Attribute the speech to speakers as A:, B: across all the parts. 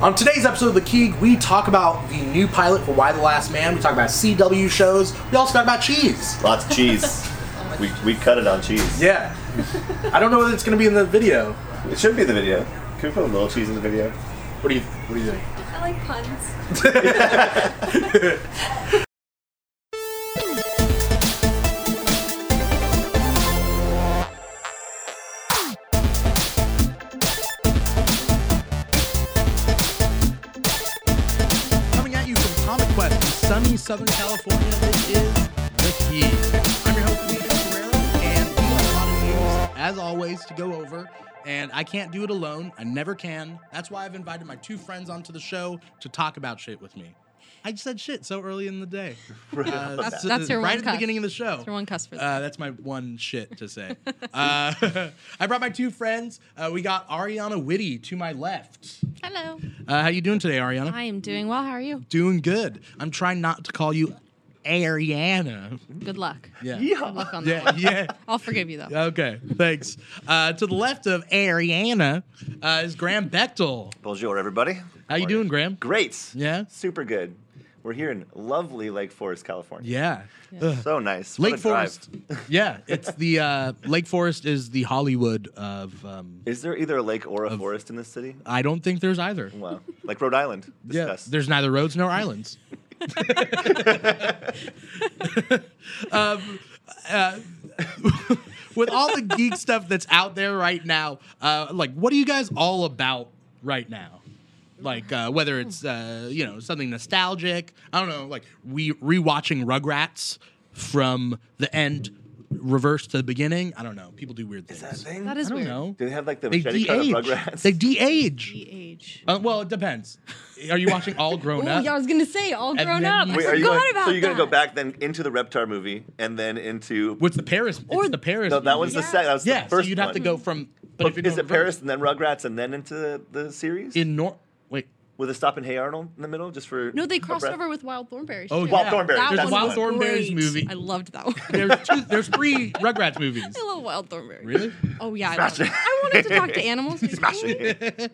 A: On today's episode of The Keeg, we talk about the new pilot for Why the Last Man. We talk about CW shows. We also talk about cheese.
B: Lots of cheese. we, we cut it on cheese.
A: Yeah. I don't know whether it's going to be in the video.
B: It should be the video. Can we put a little cheese in the video?
A: What do you What do you think?
C: I like puns.
A: Coming at you from Comic Quest in sunny Southern California, this is The Keeg. I'm your host, Nico Ferrero, and we have a lot of news, as always, to go over. And I can't do it alone. I never can. That's why I've invited my two friends onto the show to talk about shit with me. I said shit so early in the day. Uh, that's
C: That's your
A: right
C: one
A: at the
C: cuss.
A: beginning of the show.
C: That's your one cuss for that.
A: Uh, that's my one shit to say. uh, I brought my two friends. Uh, we got Ariana Whitty to my left.
C: Hello.
A: Uh, how you doing today, Ariana?
C: I am doing well. How are you?
A: Doing good. I'm trying not to call you Ariana.
C: Good luck.
A: Yeah.
C: Good luck on that
A: Yeah.
C: one.
A: Yeah.
C: I'll forgive you though.
A: Okay. Thanks. Uh, to the left of Ariana uh, is Graham Bechtel.
B: Bonjour, everybody.
A: How you doing, Graham?
B: Great.
A: Yeah?
B: Super good. We're here in lovely Lake Forest, California.
A: Yeah. Ugh.
B: So nice. What
A: Lake
B: a drive.
A: Forest. Yeah. It's the uh, Lake Forest is the Hollywood of. Um,
B: Is there either a lake or a forest in this city?
A: I don't think there's either.
B: Wow. Like Rhode Island.
A: Yeah,
B: Discuss.
A: there's neither roads nor islands. um, uh, with all the geek stuff that's out there right now, uh, like, what are you guys all about right now? Like, uh, whether it's uh, you know something nostalgic, I don't know, like we rewatching Rugrats from the end, reverse to the beginning. I don't know. People do weird things.
B: Is that a thing?
C: That
A: I
C: is
A: don't
C: weird.
A: know.
B: Do they have like the
A: They
B: machete cut of
A: de-age.
B: Rugrats?
A: They de-age.
C: The age.
A: Uh, well, it depends. Are you watching all grown
C: Oh
A: up?
C: yeah, I was gonna say all
A: And
C: grown
A: then
C: up.
A: you-
C: I
A: Wait,
B: are
C: forgot
B: you going,
C: about
B: so you're gonna
C: that.
B: go back then into the Reptar movie and then into
A: What's the Paris? It's
C: Or-
A: the Paris.
B: no, that was
A: movie.
B: the second. That was
A: yeah.
B: the first
A: so you'd have
B: one.
A: to go from. But
C: Mm-hmm.
B: But
A: if you're
B: is
A: doing
B: it Paris and then Rugrats and then into the, the series
A: in Nor? Wait.
B: with a stop in Hey Arnold in the middle just for
C: No, they
B: a
C: crossed
B: breath?
C: over with Wild Thornberries.
A: Oh,
C: too.
A: Wild
B: Yeah. Thornberries,
C: That
B: that's
C: one
B: the
C: was
B: one.
A: Wild Thornberries
C: great.
A: movie.
C: I loved that one.
A: There's two. There's three Rugrats movies.
C: I love Wild Thornberries.
A: Really?
C: Oh yeah. I, loved it. I wanted to talk to animals. Smash it.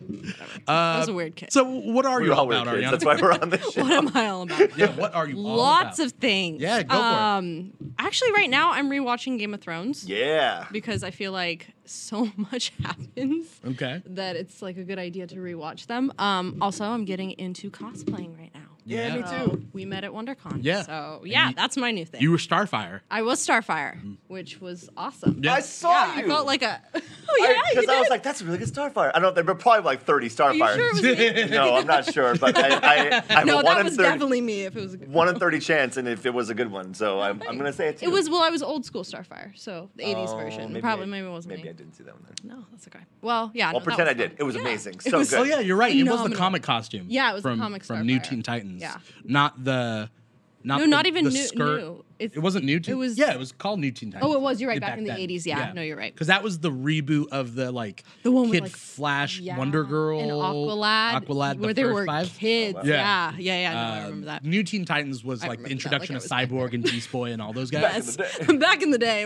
C: I was a weird kid.
A: Uh, So what are
B: We
A: you
B: all
A: all
B: were
A: about,
B: kids.
A: Ariana?
B: That's why we're on this show.
C: what am I all about?
A: yeah. What are you? all
C: Lots
A: about?
C: of things.
A: Yeah, go for it.
C: um, Actually, right now I'm rewatching Game of Thrones
B: Yeah.
C: because I feel like so much happens
A: Okay.
C: that it's like a good idea to rewatch them. Um, also, I'm getting into cosplaying right now.
A: Yeah, me
C: So, We met at WonderCon.
A: Yeah.
C: So
A: And
C: yeah,
A: you-
C: that's my new thing.
A: You were Starfire.
C: I was Starfire, which was awesome.
A: Yeah.
B: I saw
C: Yeah,
B: you.
C: I felt like a. Oh yeah, you
B: Because I, was
C: did.
B: like, that's a really good Starfire. I don't know. There were probably like 30 Starfires.
C: Are you sure it was me?
B: no, I'm not sure, but I, I, I have
C: no,
B: a one
C: that
B: in
C: was
B: 30,
C: definitely me. If it was a good
B: one in 30 chance, and if it was a good one, so I'm, I'm gonna say it.
C: It was well, I was old school Starfire, so the '80s
B: Oh,
C: version.
B: maybe
C: Probably
B: I-
C: maybe it wasn't
B: Maybe
C: me.
B: I didn't see that one. Then.
C: No, that's okay. Well, yeah.
B: I'll
C: no, that
B: pretend I
C: was fun.
B: did. It was
C: Yeah.
B: amazing.
C: It
B: So
C: was-
B: good.
A: Oh yeah, you're right. It was the
C: Phenomenal.
A: comic costume.
C: Yeah, it was the
A: from,
C: comic
A: from New
C: Starfire.
A: Teen Titans.
C: Yeah.
A: Not the. Not
C: No,
A: the-
C: not even
A: the
C: new-
A: Skirt.
C: new. It's-
A: it wasn't new. Teen,
C: it was-
A: Yeah, it was called New Teen Titans.
C: Oh, it was. You're right.
A: Yeah,
C: Back in the
A: then.
C: 80s. Yeah. No, you're right.
A: Because that was the reboot of the like
C: The one with,
A: Kid
C: like,
A: Flash,
C: Yeah.
A: Wonder Girl,
C: and Aqualad,
A: Aqualad, the
C: where they
A: first
C: were
A: five.
C: kids.
B: Oh, wow.
C: Yeah, yeah, yeah. no, I
A: Um,
C: remember that.
A: New Teen Titans was
C: I
A: like the
C: remember that, like
A: introduction
C: I
A: of
C: was back there.
A: Cyborg and Beast Boy and all those guys.
C: Yes, back in the day, I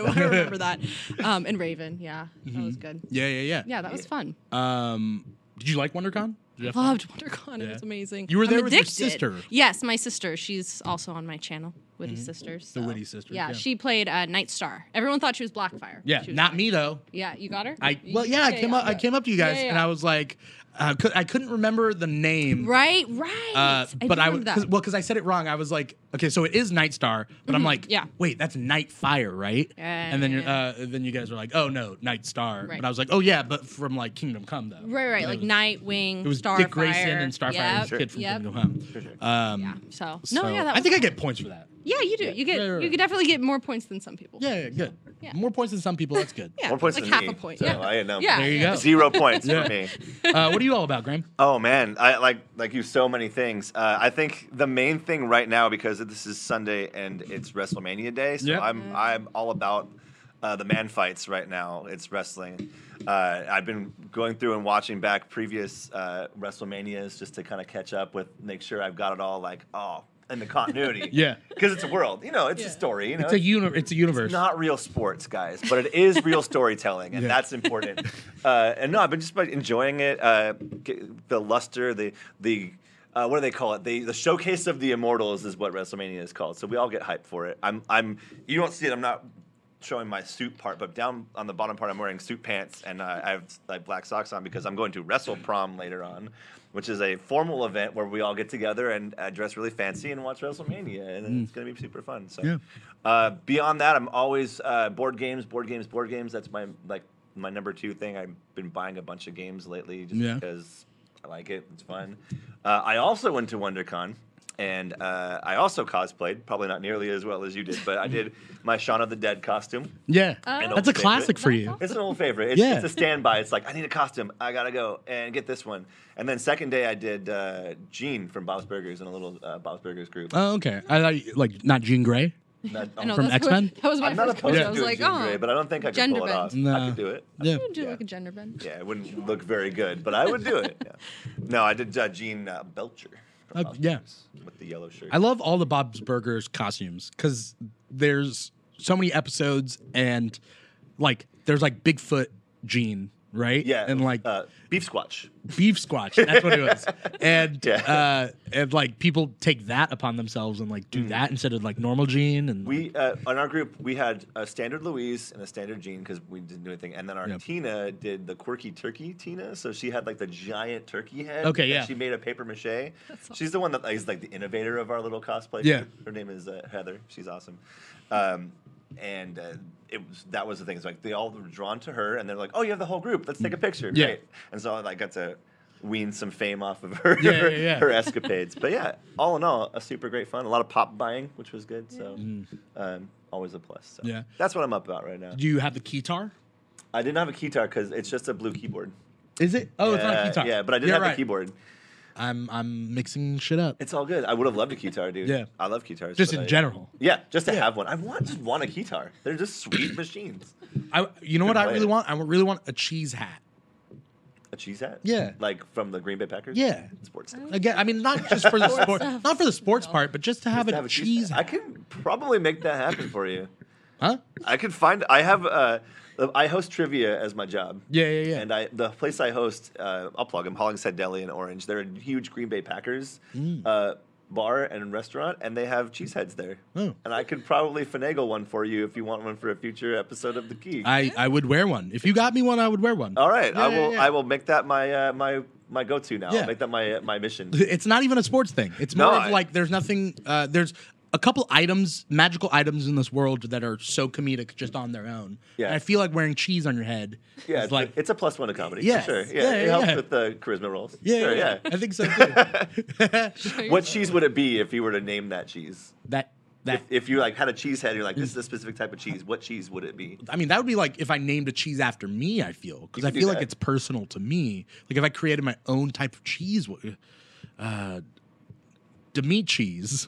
C: remember that. Um, and Raven, yeah, that was good.
A: Yeah, yeah, Mm-hmm. yeah.
C: Yeah, that was fun.
A: Um, did you like WonderCon? Did you have fun?
C: Loved WonderCon. It
A: Yeah.
C: was amazing.
A: You were there
C: I'm
A: with your
C: addicted.
A: sister. Mm-hmm.
C: Yes, my sister. She's also on my channel, Witty Sisters.
A: The
C: so-
A: Witty Sisters,
C: Yeah,
A: yeah.
C: she played uh, Night Star. Everyone thought she was Blackfire.
A: Yeah,
C: She was
A: not
C: black.
A: me though.
C: Yeah, you got her.
A: I
C: You-
A: well, yeah, I came up. I
C: yeah.
A: came up to you guys
C: Yeah, yeah,
A: and
C: yeah.
A: I was like, uh, cou- I couldn't remember the name.
C: Right, right.
A: Uh, but
C: do
A: I
C: remember
A: was
C: that.
A: cause, well because I said it wrong. I was like, okay, so it is Night Star, but I'm like,
C: Mm-hmm. yeah.
A: wait, that's Night Fire, right? and then you're, uh, then you guys were like, oh no, Night Star.
C: Right.
A: But I was like, oh yeah, but from like Kingdom Come though.
C: Right, right,
A: And it
C: like
A: was-
C: Nightwing,
A: It was
C: Starfire.
A: Dick Grayson and Starfire,
C: Yep,
A: and the kid from
C: yep,
A: Kingdom Come. Um,
C: yeah. So,
A: so
C: no, yeah, that
A: I
C: was
A: think I get points for that.
C: Yeah, you do. You
A: Right,
C: get
A: right,
C: you
A: right.
C: could definitely get more points than some people.
A: Yeah, yeah good.
C: Yeah.
A: More points than some people. That's good.
C: Yeah,
B: More points
C: like
B: than
C: half
B: me,
C: a point.
B: so
C: yeah.
B: I know.
C: Yeah.
A: There you go.
B: Zero points
A: Yeah.
B: for me.
A: Uh, what are you all about, Graham?
B: Oh man, I like like you so many things. Uh, I think the main thing right now because this is Sunday and it's WrestleMania day, so
A: Yep.
B: I'm I'm all about uh, the man fights right now. It's wrestling. Uh, I've been going through and watching back previous uh, WrestleManias just to kind of catch up with, make sure I've got it all. Like, oh, in the continuity.
A: Yeah.
B: Because it's a world. You know, it's a story. You know,
A: It's a uni- It's a universe.
B: not real sports, guys, but it is real storytelling, and
A: Yeah.
B: that's important. Uh, and no, I've been just by enjoying it. Uh, g- the luster, the the uh, what do they call it? The the showcase of the immortals is what WrestleMania is called. So we all get hyped for it. I'm I'm you don't see it. I'm not showing my suit part, but down on the bottom part, I'm wearing suit pants and uh, I have like black socks on because I'm going to wrestle prom later on. Which is a formal event where we all get together and uh, dress really fancy and watch WrestleMania, and it's going to be super fun. So,
A: Mm. Yeah.
B: uh, beyond that, I'm always uh, board games, board games, board games. That's my like my number two thing. I've been buying a bunch of games lately just
A: Yeah.
B: because I like it. It's fun. Uh, I also went to WonderCon. And uh, I also cosplayed, probably not nearly as well as you did, but I did my Shaun of the Dead costume.
A: yeah.
C: Oh.
A: That's a
B: That's
A: classic for you.
C: awesome.
B: It's an old favorite. It's,
A: Yeah.
B: it's a standby. It's like I need a costume. I gotta go and get this one. And then second day, I did uh, Gene from Bob's Burgers in a little uh, Bob's Burgers group.
A: Oh, okay. I thought you- like not Jean Grey.
B: Not-
C: I know,
A: From
C: that's
A: X-Men?
C: What, that was my
B: I'm not
C: first
B: opposed
C: question.
B: to
C: I was
B: doing
C: like,
B: Jean
C: oh,
B: Grey, but I don't think I could
C: gender
B: pull it
C: bend.
B: off. I
A: No.
B: could do it.
A: Yeah.
C: you do
B: Yeah.
C: like a gender bend.
B: Yeah, it wouldn't look very good, but I would do it. Yeah. No, I did uh, Gene uh, Belcher. from
A: Uh,
B: Bob's
A: yeah.
B: Burgers With the yellow shirt.
A: I love all the Bob's Burgers costumes because there's so many episodes and like there's like Bigfoot Gene, right?
B: yeah.
A: And like
B: uh, beef squatch.
A: beef squatch. That's what it was. And
B: Yeah.
A: uh, and like people take that upon themselves and like do that instead of like normal Gene and
B: Mm-hmm. We uh, on our group we had a standard Louise and a standard Jean because we didn't do anything, and then our
A: Yep.
B: Tina did the quirky turkey Tina. So she had like the giant turkey head.
A: Okay,
B: that
A: yeah.
B: She made a paper mache. She's the one that is like the innovator of our little cosplay.
A: Yeah.
B: group. Her name is uh, Heather. She's awesome. Um, and uh, it was that was the thing. It's like they all were drawn to her, and they're like, "Oh, you have the whole group. Let's take a picture."
A: Yeah.
B: Great. And so I like, got to wean some fame off of her
A: Yeah, yeah, yeah.
B: her escapades. But yeah, all in all, a super great fun. A lot of pop buying, which was good. So um, always a plus. So.
A: Mm. Yeah.
B: that's what I'm up about right now.
A: do you have the keytar?
B: I didn't have a keytar because it's just a blue keyboard.
A: Is it? Oh,
B: yeah,
A: it's not a keytar.
B: Yeah, but I didn't
A: You're
B: have a
A: right.
B: keyboard.
A: I'm I'm mixing shit up.
B: It's all good. I would have loved a keytar, dude.
A: Yeah.
B: I love keytars.
A: Just
B: but
A: in
B: I-
A: general.
B: Yeah, just to have one. I want just want a keytar. They're just sweet machines.
A: I you know what I
B: play
A: really
B: it.
A: want? I really want a cheese hat.
B: A cheese hat.
A: Yeah.
B: like from the Green Bay Packers.
A: Yeah.
B: sports. Stuff.
A: Again, I mean not just for the sport,
C: stuff.
A: not for the sports part, but just to have,
B: Just
A: a,
B: to have
A: cheese
B: I
A: hat.
B: can probably make that happen for you.
A: Huh?
B: I could find. I have. Uh, I host trivia as my job.
A: Yeah, yeah, yeah.
B: And I, the place I host, uh, I'll plug them. Hollingshead Deli in Orange. They're a huge Green Bay Packers
A: Mm.
B: uh, bar and restaurant, and they have cheese heads there.
A: Oh.
B: And I could probably finagle one for you if you want one for a future episode of The Key.
A: I, I would wear one. If you got me one, I would wear one.
B: All right,
A: Yeah,
B: I
A: yeah,
B: will.
A: yeah.
B: I will make that my uh, my my go to now.
A: Yeah.
B: I'll make that my uh, my mission.
A: It's not even a sports thing. It's
B: No,
A: more
B: I-
A: of like there's nothing. Uh, there's a couple items, magical items in this world that are so comedic just on their own.
B: Yeah.
A: And I feel like wearing cheese on your head.
B: Yeah,
A: is
B: it's
A: like
B: like it's a plus one to comedy.
A: Yes.
B: for sure. Yeah,
A: Yeah,
B: it
A: yeah,
B: helps
A: yeah.
B: with the charisma rolls.
A: yeah,
B: sure,
A: yeah,
B: yeah.
A: I think so too.
B: What cheese would it be if you were to name that cheese?
A: that that
B: If, if you like had a cheese head, you're like, this is a specific type of cheese. What cheese would it be?
A: I mean, that would be like if I named a cheese after me. I feel because I
B: can do
A: feel like
B: that.
A: it's personal to me. Like if I created my own type of cheese, what- uh, Demi cheese,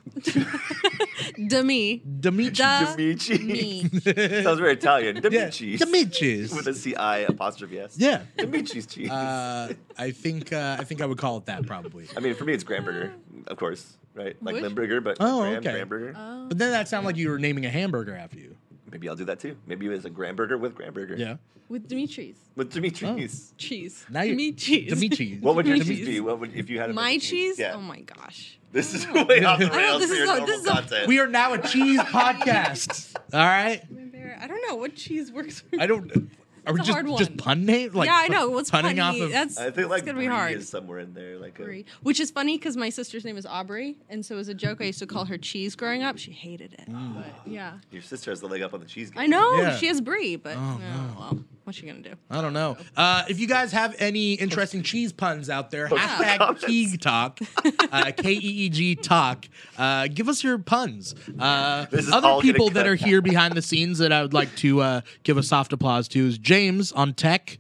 C: Demi.
A: Demi cheese,
C: Da
B: Demi
C: me.
B: cheese. Sounds very Italian. Demi cheese.
A: Demi cheese.
B: With a C I apostrophe S.
A: Yeah.
B: Demi cheese cheese.
A: Uh, I think uh, I think I would call it that probably.
B: I mean, for me, it's Gramburger, of course, right? Like
C: Which-
B: Limburger, but
A: Oh,
B: Graham,
A: okay.
B: Gramburger.
C: Uh.
A: But then that sounded like you were naming a hamburger after you.
B: Maybe I'll do that too. Maybe it's a Gramburger with Gramburger.
A: Yeah.
C: With Dimitri's.
B: With Demi cheese.
C: Cheese.
A: Now you
C: Demi cheese.
A: Demi cheese.
B: What would your
C: Demi
B: Oh. cheese
C: cheese.
B: be? What would if you had to
C: My
B: make a
C: cheese?
B: Yeah.
C: Oh my gosh.
B: This is way off the
A: I know,
B: rails
C: this
B: for
C: is
B: your
C: a-
B: normal
C: this is a-
B: content.
A: We are now a cheese podcast. All right.
C: I'm embarrassed. I don't know what cheese works for
A: I don't. Are we
C: It's
A: just
C: a hard
A: just
C: one.
A: pun name? Like
C: yeah, I
A: pu-
C: know. What's
A: punning
C: funny?
A: off of?
C: that's
B: I think like
C: it's gonna be
B: brie
C: hard.
B: is somewhere in there. Like a,
C: Brie. Which is funny because my sister's name is Aubrey, and so as a joke, I used to call her cheese growing up. She hated it. But yeah,
B: your sister has the leg up on the cheese. Game.
C: I know
A: Mm. Yeah.
C: she is Brie, but
A: Oh,
C: no,
A: no.
C: well, what's she gonna do?
A: I don't know. Uh, if you guys have any interesting cheese puns out there,
B: Yeah.
A: hashtag Keeg Talk, uh, K E E G Talk. Uh, give us your puns. Uh,
B: This is all
A: other
B: gonna
A: people that
B: cut.
A: are here behind the scenes that I would like to uh, give a soft applause to is James on tech.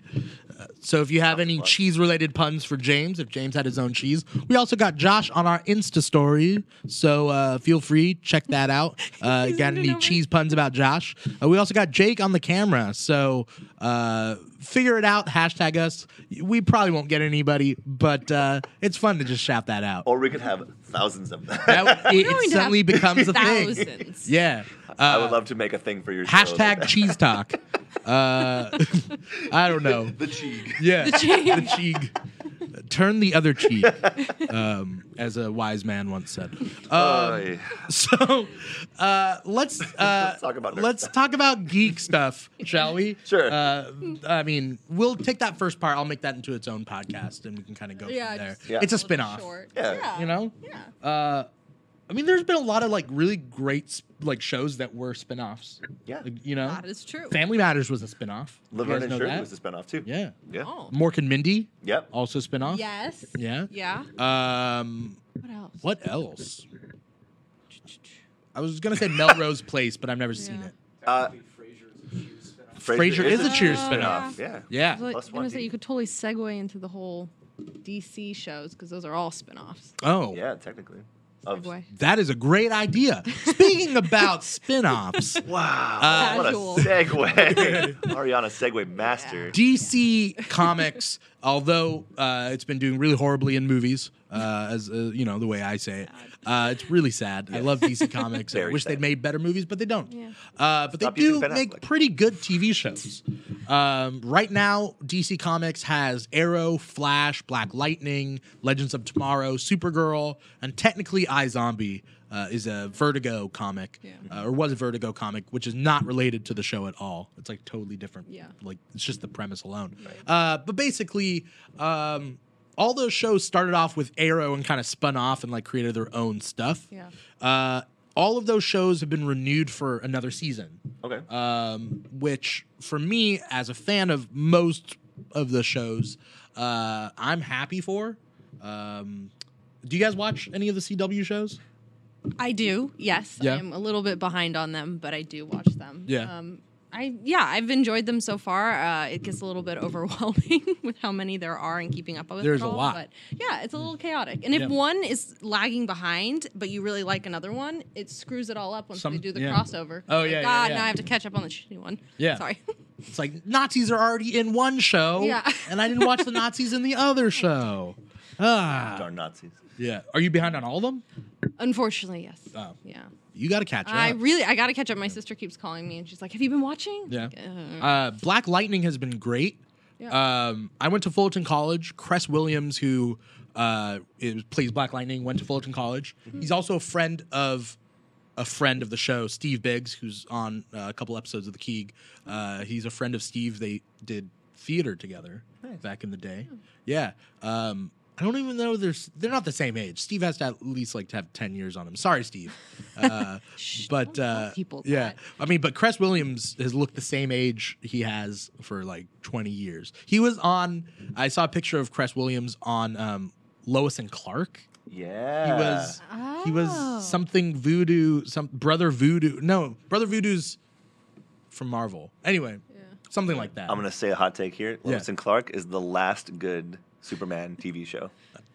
A: Uh, So if you have any cheese related puns for James, if James had his own cheese, we also got Josh on our Insta story. So uh, feel free check that out. Uh,
C: He's
A: got any
C: leaning over.
A: cheese puns about Josh? Uh, we also got Jake on the camera. So uh, figure it out. Hashtag us. We probably won't get anybody, but uh, it's fun to just shout that out.
B: Or we could have thousands of them.
A: That, it, it
C: We're going to have
A: suddenly becomes a thing.
C: Thousands.
A: Yeah. Uh,
B: I would love to make a thing for your show.
A: hashtag cheese talk. Uh, I don't know.
B: the cheek.
A: Yeah. The
C: cheek.
A: cheek. Turn the other cheek, um, as a wise man once said.
B: Oh,
A: Um,
B: yeah.
A: so uh, let's uh,
B: Let's talk about nerd
A: let's
B: stuff.
A: talk about geek stuff, shall we?
B: Sure.
A: Uh, I mean, we'll take that first part. I'll make that into its own podcast, and we can kind of go
C: Yeah,
A: from there.
C: just
B: Yeah.
A: It's a
C: little bit
A: spin-off
C: short.
B: Yeah.
A: you know
C: Yeah.
A: uh i mean there's been a lot of like really great sp- like shows that were spin-offs
B: Yeah.
A: Like, you know
C: That is true.
A: family matters was a spin-off You
B: Laverne
A: guys
B: and
A: know
B: Shirley
A: that?
B: was a spinoff too.
A: yeah Oh.
B: Yeah.
C: Oh.
A: mork and mindy
B: Yep.
A: also spin-off
C: Yes.
A: yeah
C: Yeah.
A: um
C: What else?
A: what else i was gonna say melrose place but i've never seen
C: Yeah.
A: it
B: Uh,
A: Frasier is a Cheers
C: spin-off.
B: Yeah.
A: yeah
C: I was
B: Plus
C: like, gonna
B: one
C: say
B: D.
C: you could totally segue into the whole DC shows because those are all spin-offs.
A: oh
B: Yeah, technically. Of-
C: Segue.
A: that is a great idea speaking about spin-offs
B: wow.
A: Uh,
B: what a
C: Casual.
B: segue. Ariana Segway Master.
A: DC Comics, although uh, it's been doing really horribly in movies, uh, as uh, you know, the way I say it, uh, it's really sad. I love DC Comics. I
B: Very
A: wish
B: sad.
A: they'd made better movies, but they don't.
C: Yeah.
A: Uh, but
B: Stop
A: they do
B: using Ben
A: make
B: Affleck.
A: pretty good TV shows. Um, right now, DC Comics has Arrow, Flash, Black Lightning, Legends of Tomorrow, Supergirl, and technically iZombie. Uh, is a Vertigo comic,
C: Yeah.
A: uh, or was a Vertigo comic, which is not related to the show at all. It's like totally different
C: Yeah.
A: like it's just the premise alone. Uh, but basically, um, all those shows started off with Arrow and kind of spun off and like created their own stuff.
C: Yeah.
A: Uh, all of those shows have been renewed for another season,
B: Okay.
A: um, which for me, as a fan of most of the shows, uh, I'm happy for. Um, do you guys watch any of the CW shows?
C: I do. Yes.
A: Yeah.
C: I'm a little bit behind on them, but I do watch them.
A: Yeah.
C: Um, I yeah, I've enjoyed them so far. Uh, it gets a little bit overwhelming with how many there are and keeping up with. it
A: There's a
C: all,
A: lot.
C: but yeah, it's a little chaotic. And if
A: Yeah.
C: one is lagging behind, but you really like another one, it screws it all up once
A: Some-
C: they do the
A: yeah.
C: crossover.
A: Oh,
C: Like,
A: yeah, yeah,
C: God,
A: yeah.
C: now I have to catch up on the shitty one.
A: Yeah.
C: Sorry.
A: It's like Nazis are already in one show,
C: Yeah.
A: and I didn't watch the Nazis in the other show. Ah,
B: Darn Nazis.
A: Yeah. Are you behind on all of them?
C: Unfortunately, yes.
A: Oh.
C: Yeah.
A: You got to catch up.
C: I really I gotta catch up. My sister keeps calling me and she's like, "Have you been watching?"
A: Yeah.
C: Like, "Uh,
A: uh, Black Lightning has been great.
C: Yeah.
A: Um, I went to Fullerton College. Cress Williams, who uh, is, plays Black Lightning, went to Fullerton College.
C: Mm-hmm.
A: He's also a friend of a friend of the show, Steve Biggs, who's on uh, a couple episodes of The Keeg. Uh, he's a friend of Steve. They did theater together back in the day. Yeah. Um, I don't even know they're s- they're not the same age. Steve has to at least like to have ten years on him. Sorry, Steve. Uh, but
C: don't tell
A: uh,
C: people
A: yeah,
C: that.
A: I mean, but Cress Williams has looked the same age he has for like 20 years. He was on, I saw a picture of Cress Williams on um, Lois and Clark.
B: Yeah.
A: He was, he
C: Oh.
A: was something voodoo, some brother voodoo. No, brother voodoo's from Marvel. Anyway, something like that.
B: I'm gonna say a hot take here.
A: Yeah.
B: Lois and Clark is the last good Superman TV show.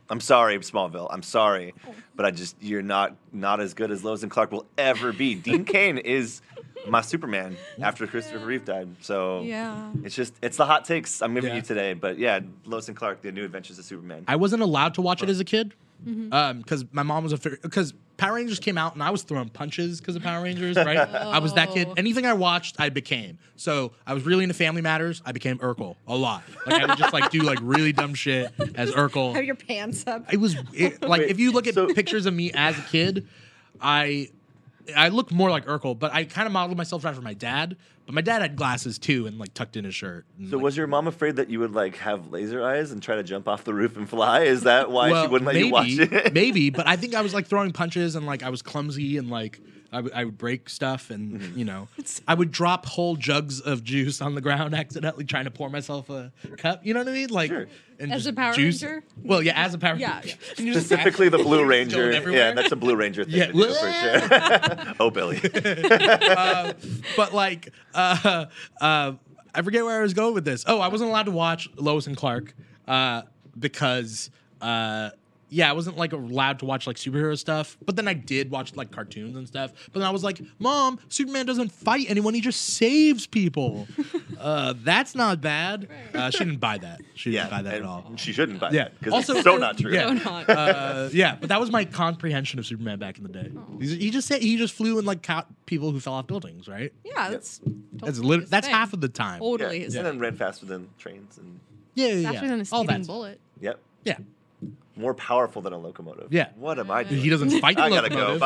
B: I'm sorry, Smallville. I'm sorry, but I just you're not not as good as Lois and Clark will ever be. Dean Kane is my Superman after Christopher Reeve died. So
C: Yeah.
B: it's just it's the hot takes I'm giving
A: Yeah.
B: you today. But yeah, Lois and Clark: The New Adventures of Superman.
A: I wasn't allowed to watch it as a kid
C: Mm-hmm.
A: because my mom was a because Power Rangers came out and I was throwing punches because of Power Rangers. Right, I was that kid.
C: Oh.
A: Anything I watched, I became. So I was really into Family Matters. I became Urkel a lot. Like I would just like do like really dumb shit as Urkel.
C: Have your pants up.
A: It was it, like
B: Wait,
A: if you look at
B: so-
A: pictures of me as a kid, I I look more like Urkel, but I kind of modeled myself after my dad. But my dad had glasses too and like tucked in his shirt. and,
B: so
A: like,
B: was your mom afraid that you would like have laser eyes and try to jump off the roof and fly? Is that why she wouldn't let
A: maybe,
B: you watch it?
A: maybe, but I think I was like throwing punches and like I was clumsy and like I would- I would break stuff and
B: Mm-hmm.
A: you know I would drop whole jugs of juice on the ground accidentally trying to pour myself a cup. You know what I mean? Like
B: Sure.
A: and
C: As
A: just
C: a Power
A: juice-
C: Ranger?
A: Well, yeah, as a power.
C: Yeah, yeah.
A: And you're just
B: Specifically, the Blue
A: going
B: Ranger. Yeah,
A: everywhere.
B: that's a Blue Ranger thing
A: Yeah.
B: to do for sure. oh, Billy.
A: but like uh, uh, I forget where I was going with this. Oh, I wasn't allowed to watch Lois and Clark uh, because, uh, yeah, I wasn't like allowed to watch like superhero stuff. But then I did watch like cartoons and stuff. But then I was like, Mom, Superman doesn't fight anyone; he just saves people. uh, that's not bad. Uh, she didn't buy that. She didn't
B: Yeah,
A: buy that at
B: and
A: all.
B: She shouldn't buy
A: Yeah.
B: it because
A: Also-
B: it's so not true.
A: Yeah.
C: No, not.
A: Uh, yeah, but that was my comprehension of Superman back in the day. He's- He just said he just flew in like caught people who fell off buildings, right?
C: yeah, that's
A: That's
C: totally
A: lit-
C: his
A: that's
C: thing.
A: half of the time.
B: Yeah.
C: totally his
B: And
C: thing.
B: then ran faster than trains and
A: Yeah, yeah,
C: Faster
A: yeah.
C: than a
A: All
C: speeding
A: that.
C: bullet.
B: yep,
A: Yeah,
B: more powerful than a locomotive.
A: Yeah.
B: What am I doing?
A: he doesn't fight.
B: I
A: the
B: gotta go.
A: locomotive.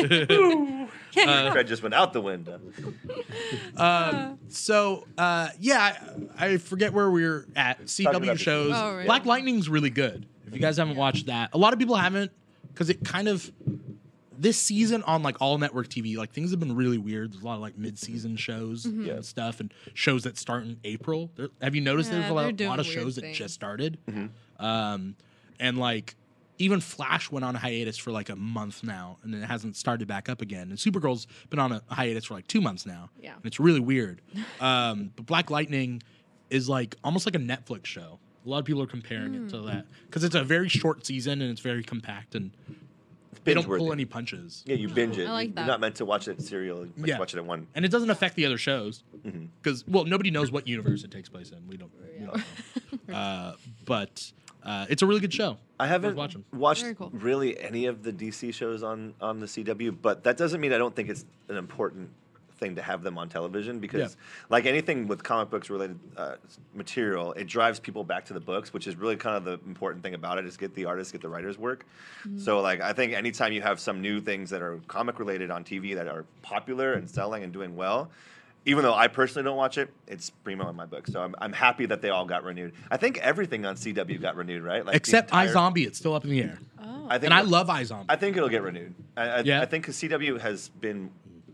B: Bye guys.
C: Yeah,
A: Uh,
B: I just went out the window.
A: So uh, yeah, I, I forget where we are at.
B: about
A: CW
B: the-
A: shows.
C: Oh, right.
A: Black Lightning's really good. If you guys haven't watched that, a lot of people haven't because it kind of this season on like all network TV, like things have been really weird. There's a lot of like mid-season shows
C: Mm-hmm.
B: Yeah.
A: and stuff, and shows that start in April. There, have you noticed
C: Yeah,
A: there's a
C: they're
A: lot,
C: doing
A: lot of
C: weird
A: shows that
C: things.
A: just started?
B: Mm-hmm.
A: Um, and like even Flash went on hiatus for like a month now, and then it hasn't started back up again. And Supergirl's been on a hiatus for like two months now.
C: Yeah.
A: and it's really weird. Um, but Black Lightning is like almost like a Netflix show. A lot of people are comparing it to that because it's a very short season and it's very compact and they don't
B: Binge-worthy.
A: pull any punches.
B: Yeah, you binge it.
C: I like that.
B: You're not meant to watch it serial. You're meant to
A: Yeah.
B: watch it at one.
A: And it doesn't affect the other shows
B: Mm-hmm.
A: because well, nobody knows what universe it takes place in. We don't. We don't know. uh, but uh, it's a really good show.
B: I haven't
A: watch 'em.
B: watched
C: Very cool.
B: really any of the DC shows on on the CW, but that doesn't mean I don't think it's an important thing to have them on television because, like anything with comic books related uh, s- material, it drives people back to the books, which is really kind of the important thing about it is get the artists, get the writers' work.
C: Mm-hmm.
B: So, like, I think anytime you have some new things that are comic related on TV that are popular and selling and doing well. Even though I personally don't watch it, it's primo in my book. So I'm, I'm happy that they all got renewed. I think everything on CW got renewed, right? Like the
A: Except
B: entire-
A: iZombie, it's still up in the air.
C: Oh,
B: I think
A: and I
B: it-
A: love iZombie.
B: I think it'll get renewed. I, I,
A: Yeah.
B: I think 'cause CW has been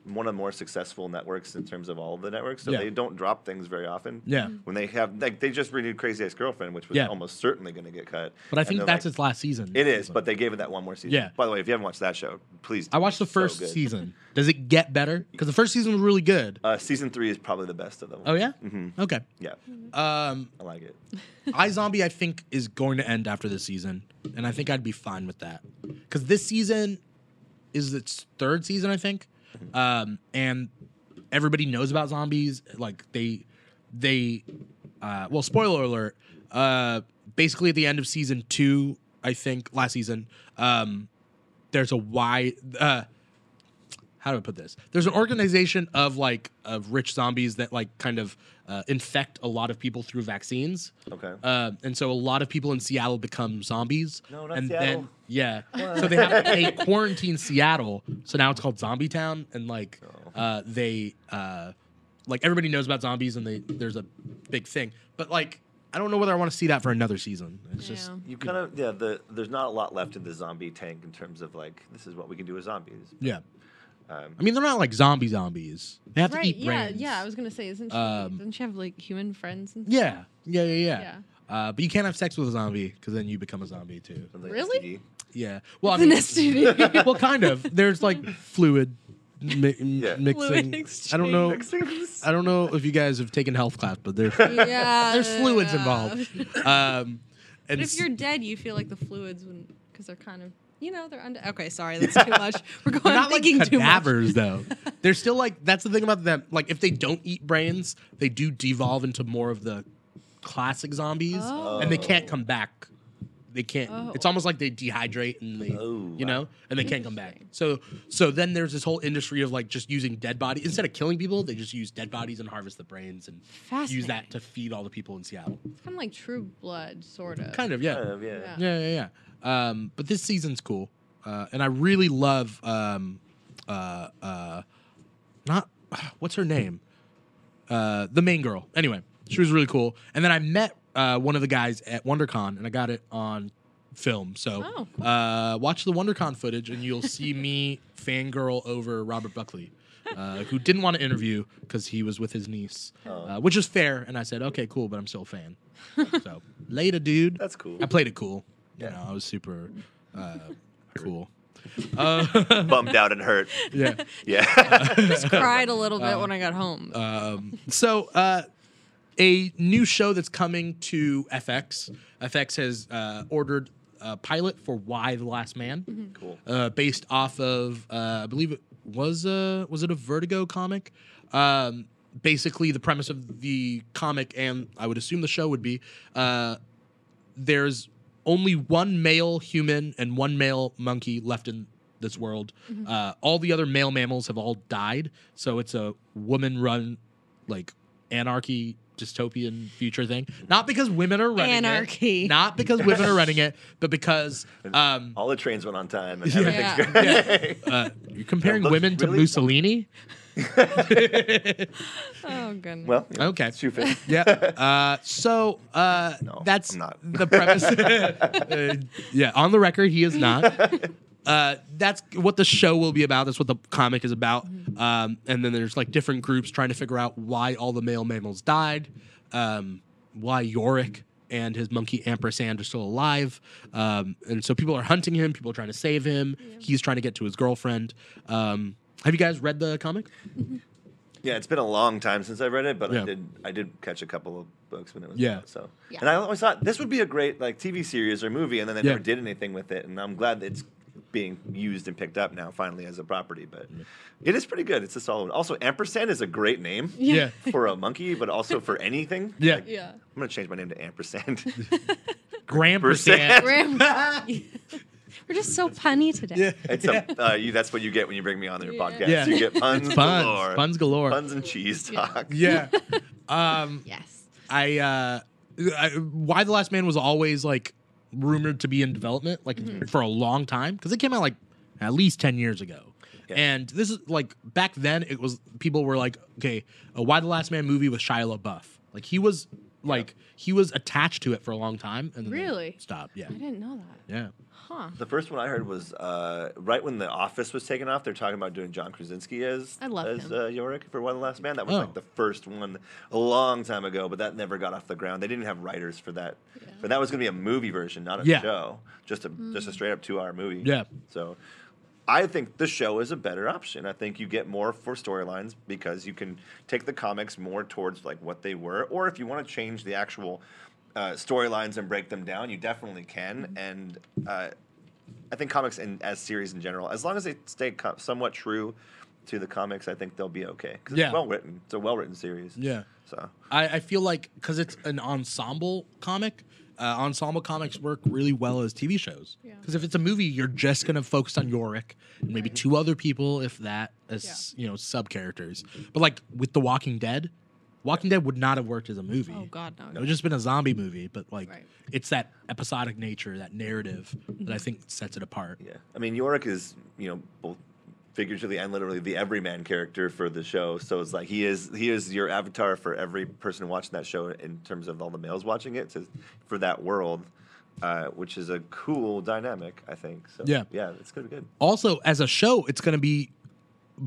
B: one of the more successful networks in terms of all of the networks, so
A: Yeah.
B: they don't drop things very often.
A: Yeah.
B: When they have, like, they just renewed Crazy Ex Girlfriend, which was
A: Yeah.
B: almost certainly going to get cut.
A: but I
B: and
A: think
B: they're
A: that's
B: like-
A: its last season.
B: It is, but they gave it that one more season.
A: Yeah.
B: By the way, if you haven't watched that show, please.
A: I watched the
B: It's so
A: first
B: good.
A: season. Does it get better? Because the first season was really good.
B: Uh, season three is probably the best of them.
A: oh yeah.
B: Mhm.
A: Okay.
B: Yeah.
A: Um,
B: I like it.
A: iZombie, I think, is going to end after this season, and I think I'd be fine with that because this season is its third season, I think, um, and everybody knows about zombies. Like they, they, uh, well, spoiler alert. Uh, basically, at the end of season two, I think last season, um, there's a why. Uh, how do I put this? There's an organization of like of rich zombies that like kind of uh, infect a lot of people through vaccines.
B: Okay.
A: Uh, and so a lot of people in Seattle become zombies.
B: No, not
A: and Then,
B: Seattle.
A: yeah. So they have they quarantine Seattle. So now it's called Zombie Town, and like
B: Oh.
A: uh, they uh, like everybody knows about zombies, and they there's a big thing. But like I don't know whether I want to see that for another season. It's just
C: Yeah.
B: You kind of yeah. The there's not a lot left in the zombie tank in terms of like this is what we can do with zombies.
A: yeah.
B: Um,
A: I mean, they're not like zombie zombies. They have to
C: right.
A: eat
C: Yeah,
A: brains.
C: yeah. I was gonna say, isn't she?
A: Um,
C: doesn't she have like human friends and stuff?
A: Yeah, yeah, yeah, yeah. Uh, but you can't have sex with a zombie because then you become a zombie too.
B: Something
C: Really?
B: STD.
A: Yeah. Well, I
C: It's an
A: mean,
C: STD.
A: well, kind of. There's like fluid mi- m-
B: Yeah.
A: mixing.
C: Fluid
A: I don't know.
B: Mixings.
A: I don't know if you guys have taken health class, but there's
C: yeah.
A: there's fluids involved. Um, and
C: But if
A: s-
C: you're dead, you feel like the fluids wouldn't, because they're kind of, you know, they're under. Okay, sorry, that's too much. We're going
A: they're not
C: I'm thinking
A: like
C: too much.
A: cadavers though. They're still like that's the thing about them. Like if they don't eat brains, they do devolve into more of the classic zombies,
C: Oh.
A: and they can't come back. They can't.
C: Oh.
A: It's almost like they dehydrate and they,
B: Oh,
A: you know, and they can't come back. So,
C: Interesting.
A: so then there's this whole industry of like just using dead bodies instead of killing people. They just use dead bodies and harvest the brains and use that
C: Fascinating.
A: to feed all the people in Seattle.
C: It's kind of like True Blood, sort of.
A: Kind of, yeah.
B: Kind of, yeah.
A: Yeah, yeah, yeah. Um, but this season's cool, uh, and I really love um, uh, uh, not what's her name, uh, the main girl. Anyway, she was really cool, and then I met uh, one of the guys at WonderCon, and I got it on film. So
C: Oh, cool.
A: uh, watch the WonderCon footage, and you'll see me fangirl over Robert Buckley. Uh, who didn't want to interview because he was with his niece,
C: Oh.
A: uh, which is fair. And I said, okay, cool, but I'm still a fan. so later, dude.
B: That's cool.
A: I played it cool. You
B: Yeah.
A: know, I was super uh, cool. Uh,
B: Bummed out and hurt.
A: yeah.
B: Yeah.
C: Just cried a little
A: Uh,
C: bit when I got home.
A: Um, so uh, a new show that's coming to FX. FX has uh, ordered a pilot for Why the Last Man,
B: cool.
A: uh, based off of uh, I believe it was a was it a Vertigo comic. Um, basically, the premise of the comic and I would assume the show would be uh, there's only one male human and one male monkey left in this world. Uh, all the other male mammals have all died, so it's a woman-run, like anarchy dystopian future thing. Not because women are running
C: Anarchy.
A: it, not because women are running it, but because um,
B: All the trains went on time and
A: Yeah.
B: everything's
C: Yeah.
B: great.
A: uh, you're comparing
B: looks
A: women to
B: really-
A: Mussolini.
C: Oh goodness.
B: Well, you know,
A: Uh, Okay.
B: it's your thing.
A: Yeah. Uh, so uh,
B: No,
A: that's
B: I'm not.
A: the premise. Uh, yeah, on the record, he is not. Uh, that's what the show will be about. That's what the comic is about. Um, and then there's like different groups trying to figure out why all the male mammals died, um, why Yorick and his monkey ampersand are still alive. Um, and so people are hunting him. People are trying to save him. He's trying to get to his girlfriend. Um, have you guys read the comic?
B: Yeah, it's been a long time since I read it, but
A: Yeah.
B: I did I did catch a couple of books when it was
A: Yeah.
B: out. So
C: Yeah.
B: and I always thought this would be a great like TV series or movie, and then they
A: Yeah.
B: never did anything with it. And I'm glad that it's being used and picked up now finally as a property. But it is pretty good. It's a solid. Also, ampersand is a great name
A: Yeah.
B: for a monkey, but also for anything.
A: Yeah.
B: Like,
C: Yeah.
B: I'm gonna change my name to ampersand.
A: Grampersand.
C: Ram- We're just so punny today.
B: it's a, uh, you, that's what you get when you bring me on your
C: Yeah.
B: podcast.
A: Yeah.
B: You get puns,
A: Buns.
B: galore,
A: Buns galore.
B: Buns and cheese talk.
A: Yeah. um,
C: Yes.
A: I, uh, I why the last man was always like rumored to be in development like for a long time because it came out like at least 10 years ago
B: Yeah.
A: and this is like back then it was people were like okay a why the last man movie with shia labeouf like he was like he was attached to it for a long time and then they
C: Really?
A: stopped yeah
C: I didn't know that.
A: yeah
C: Huh.
B: The first one I heard was uh, right when The Office was taken off. They're talking about doing John Krasinski as
C: I love
B: as
C: him.
B: uh, Yorick for One Last Man. That was
A: Oh.
B: like the first one a long time ago, but that never got off the ground. They didn't have writers for that.
C: Yeah. Hmm.
B: But that was going to be a movie version, not a
A: Yeah.
B: show. Just a just a straight up two hour movie.
A: Yeah.
B: So. I think the show is a better option. I think you get more for storylines because you can take the comics more towards like what they were, or if you want to change the actual uh, storylines and break them down, you definitely can.
C: Mm-hmm.
B: And uh, I think comics and as series in general, as long as they stay co- somewhat true to the comics, I think they'll be okay. 'Cause
A: Yeah.
B: it's well written. It's a well written series.
A: yeah
B: So
A: I, I feel like because it's an ensemble comic, uh, ensemble comics work really well as TV shows.
C: Yeah.
A: Because if it's a movie, you're just gonna focus on Yorick and maybe two other people, if that, as you know, sub characters. But like with The Walking Dead, Walking Dead would not have worked as a movie.
C: Oh God, no.
A: It would just been a zombie movie, but like
C: Right. Mm-hmm.
A: it's that episodic nature, that narrative that I think sets it apart.
B: yeah, I mean Yorick is you know both figuratively and literally the everyman character for the show. So it's like he is he is your avatar for every person watching that show in terms of all the males watching it to, for that world, uh, which is a cool dynamic. I think. So
A: Yeah.
B: yeah, it's gonna be good.
A: also as a show it's going to be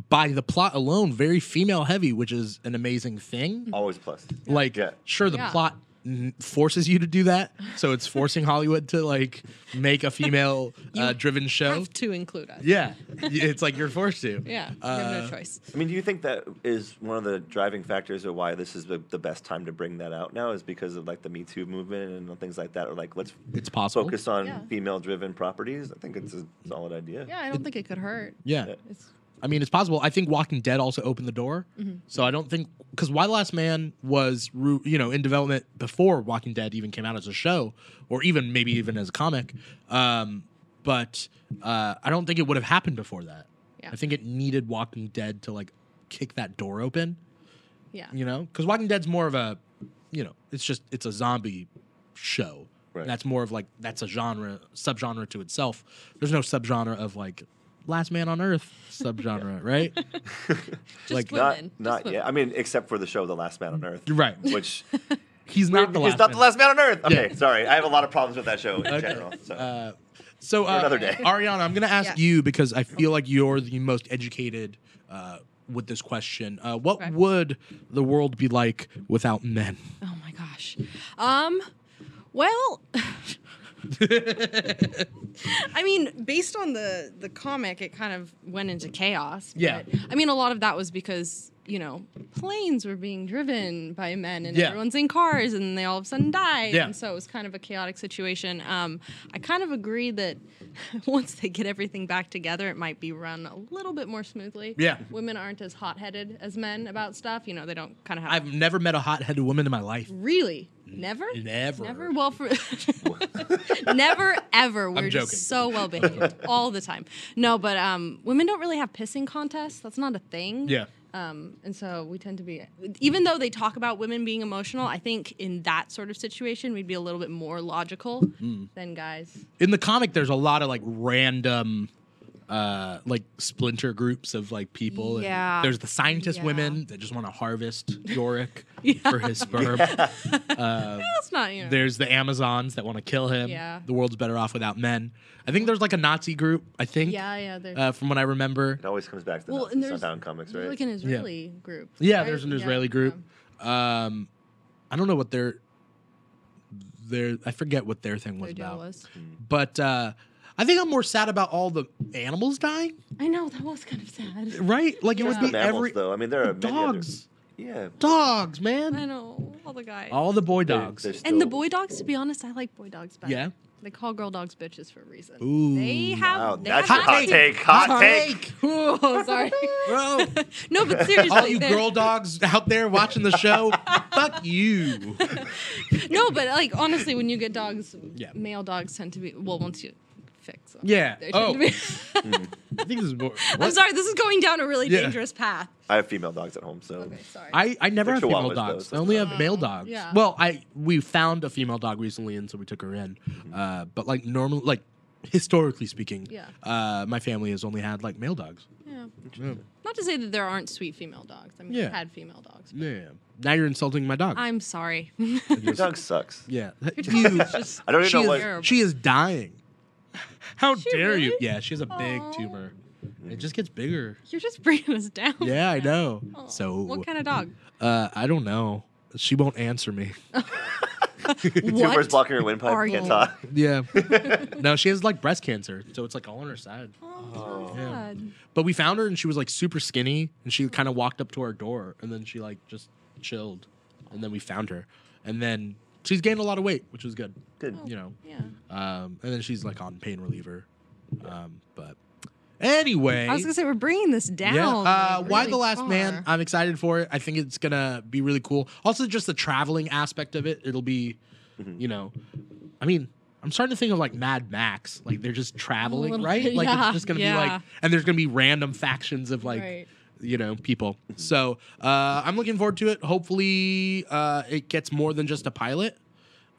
A: by the plot alone very female heavy which is an amazing
C: Mm-hmm.
A: thing
B: Always a plus.
A: like
B: Yeah.
A: sure the
C: Yeah.
A: plot n- forces you to do that so it's forcing hollywood to like make a female uh, driven show
C: have to include us.
A: yeah Y- it's like you're forced to
C: Yeah. You have
A: Uh,
C: no choice.
B: I mean, do you think that is one of the driving factors of why this is the, the best time to bring that out now? Is because of like the Me Too movement and things like that, or like let's
A: it's possible
B: focus on
C: Yeah.
B: female-driven properties? I think it's a solid idea.
C: Yeah, I don't think it could hurt.
A: yeah
C: It's
A: I mean, it's possible. I think Walking Dead also opened the door. So I don't think because Why the Last Man was ru- you know in development before Walking Dead even came out as a show, or even maybe even as a comic. Um, but uh, I don't think it would have happened before that.
C: Yeah.
A: I think it needed Walking Dead to like kick that door open.
C: yeah.
A: You know, because Walking Dead's more of a, you know, it's just it's a zombie show.
B: Right.
A: That's more of like that's a genre subgenre to itself. There's no subgenre of like Last Man on Earth subgenre, right?
C: Just
A: like-
B: Not,
C: women. Just
B: not
C: women.
B: yet. I mean, except for the show The Last Man on Earth.
A: You're right.
B: Which
A: He's not the last.
B: is not the
A: man.
B: last man on Earth. Okay,
A: Yeah.
B: sorry. I have a lot of problems with that show in
A: Okay.
B: general. So
A: Uh, so uh,
B: another day.
A: Ariana, I'm going to ask
C: Yeah.
A: you because I feel like you're the most educated uh, with this question. Uh, what
C: Okay.
A: would the world be like without men?
C: Oh my gosh. Um. Well, I mean, based on the the comic, it kind of went into chaos.
A: Yeah.
C: but, I mean, a lot of that was because you know planes were being driven by men, and
A: Yeah.
C: everyone's in cars, and they all of a sudden died.
A: Yeah.
C: And so it was kind of a chaotic situation. Um, I kind of agree that once they get everything back together, it might be run a little bit more smoothly.
A: Yeah.
C: Women aren't as hot headed as men about stuff. You know, they don't kind of have.
A: I've never met a hot-headed woman in my life.
C: Really? Never?
A: Never.
C: Never? Well, for. never, ever. We're
A: joking.
C: just so well behaved all the time. No, but um, women don't really have pissing contests. That's not a thing.
A: Yeah.
C: Um, and so we tend to be, even though they talk about women being emotional, I think in that sort of situation, we'd be a little bit more logical
A: Hmm.
C: than guys.
A: In the comic, there's a lot of like random, uh, like splinter groups of like people. and
C: Yeah.
A: there's the scientist
C: Yeah.
A: women that just want to harvest Yorick for his sperm.
C: That's not, you know.
A: There's the Amazons that want to kill him.
C: Yeah.
A: The world's better off without men. I think there's like a Nazi group. I think.
C: Yeah, yeah, there's-
A: Uh, from what I remember.
B: It always comes back to the
C: well,
B: Nazis
C: and there's
B: somehow in comics,
C: there's
B: right?
C: like an Israeli group.
A: Yeah,
C: right?
A: there's an
C: Yeah,
A: Israeli group. Um, I don't know what their their I forget what their thing
C: yeah.
A: was
C: They're
A: about.
C: jealous.
A: But uh, I think I'm more sad about all the animals dying.
C: I know, that was kind of sad.
A: Right? Like it
C: Yeah.
A: would
C: The
A: be
B: Mammals,
A: every
B: though. I mean, there are many other-
A: dogs.
B: Yeah.
A: Dogs,
C: I
A: man.
C: know, all the guys.
A: All the boy
B: They-
A: dogs.
B: they're
C: And the
B: still-
C: boy dogs, to be honest, I like boy dogs better.
A: Yeah?
C: They call girl dogs bitches for a reason.
A: Ooh.
C: They have.
B: Wow,
C: they
B: that's
C: have
B: a hot
C: attitude.
B: take. Hot take.
C: Oh, sorry.
A: Bro,
C: no, but seriously.
A: all you
C: they're-
A: girl dogs out there watching the show, fuck you.
C: No, but like honestly, when you get dogs,
A: Yeah.
C: male dogs tend to be well. Once you fix them,
A: Yeah.
C: They tend
A: Oh.
C: to be,
A: I think this is more.
C: I'm
A: what?
C: sorry. This is going down a really
A: Yeah.
C: dangerous path.
B: I have female dogs at home, so
C: Okay, sorry.
A: I, I never have
B: They're
A: female
B: chihuahuas,
A: dogs. I
B: though, so-
A: only have male dogs.
C: yeah.
A: Well, I we found a female dog recently, and so we took her in.
B: Mm-hmm.
A: Uh, but like normal, like historically speaking,
C: Yeah.
A: uh, my family has only had like male dogs.
C: yeah. Not to say that there aren't sweet female dogs. I mean,
A: Yeah.
C: I've had female dogs. but-
A: Yeah. Now you're insulting my dog.
C: I'm sorry.
B: your dog sucks.
A: yeah. You.
C: Just-
B: I don't even
A: she,
B: know
A: is,
B: what.
C: Terrible.
A: she is dying. How
C: She
A: dare you?
C: really?
A: Yeah, she has a big
C: Aw.
A: tumor. It just gets bigger.
C: You're just bringing us down.
A: Yeah, I know.
C: Oh,
A: So
C: what kind of dog?
A: uh, I don't know. She won't answer me.
B: Tumors
C: what?
B: blocking her windpipe.
C: are
B: Can't
C: you?
B: talk.
A: Yeah. no, she has like breast cancer, so it's like all on her side.
C: Oh,
A: Uh, Yeah.
C: God.
A: But we found her and she was like super skinny and she kind of walked up to our door and then she like just chilled and then we found her and then she's gained a lot of weight, which was good.
B: Good.
A: You know.
C: Yeah.
A: Um, and then she's like on pain reliever. Um, but anyway,
C: I was gonna say we're bringing this down.
A: yeah. Uh,
C: like,
A: why
C: really
A: the last man?
C: far.
A: I'm excited for it. I think it's gonna be really cool. Also, just the traveling aspect of it. It'll be,
B: Mm-hmm.
A: you know, I mean, I'm starting to think of like Mad Max. Like they're just traveling,
C: little
A: right?
C: bit,
A: Like
C: yeah,
A: it's just gonna be
C: yeah.
A: like, and there's gonna be random factions of like.
C: Right.
A: You know, people.
B: Mm-hmm.
A: So uh, I'm looking forward to it. Hopefully, uh, it gets more than just a pilot.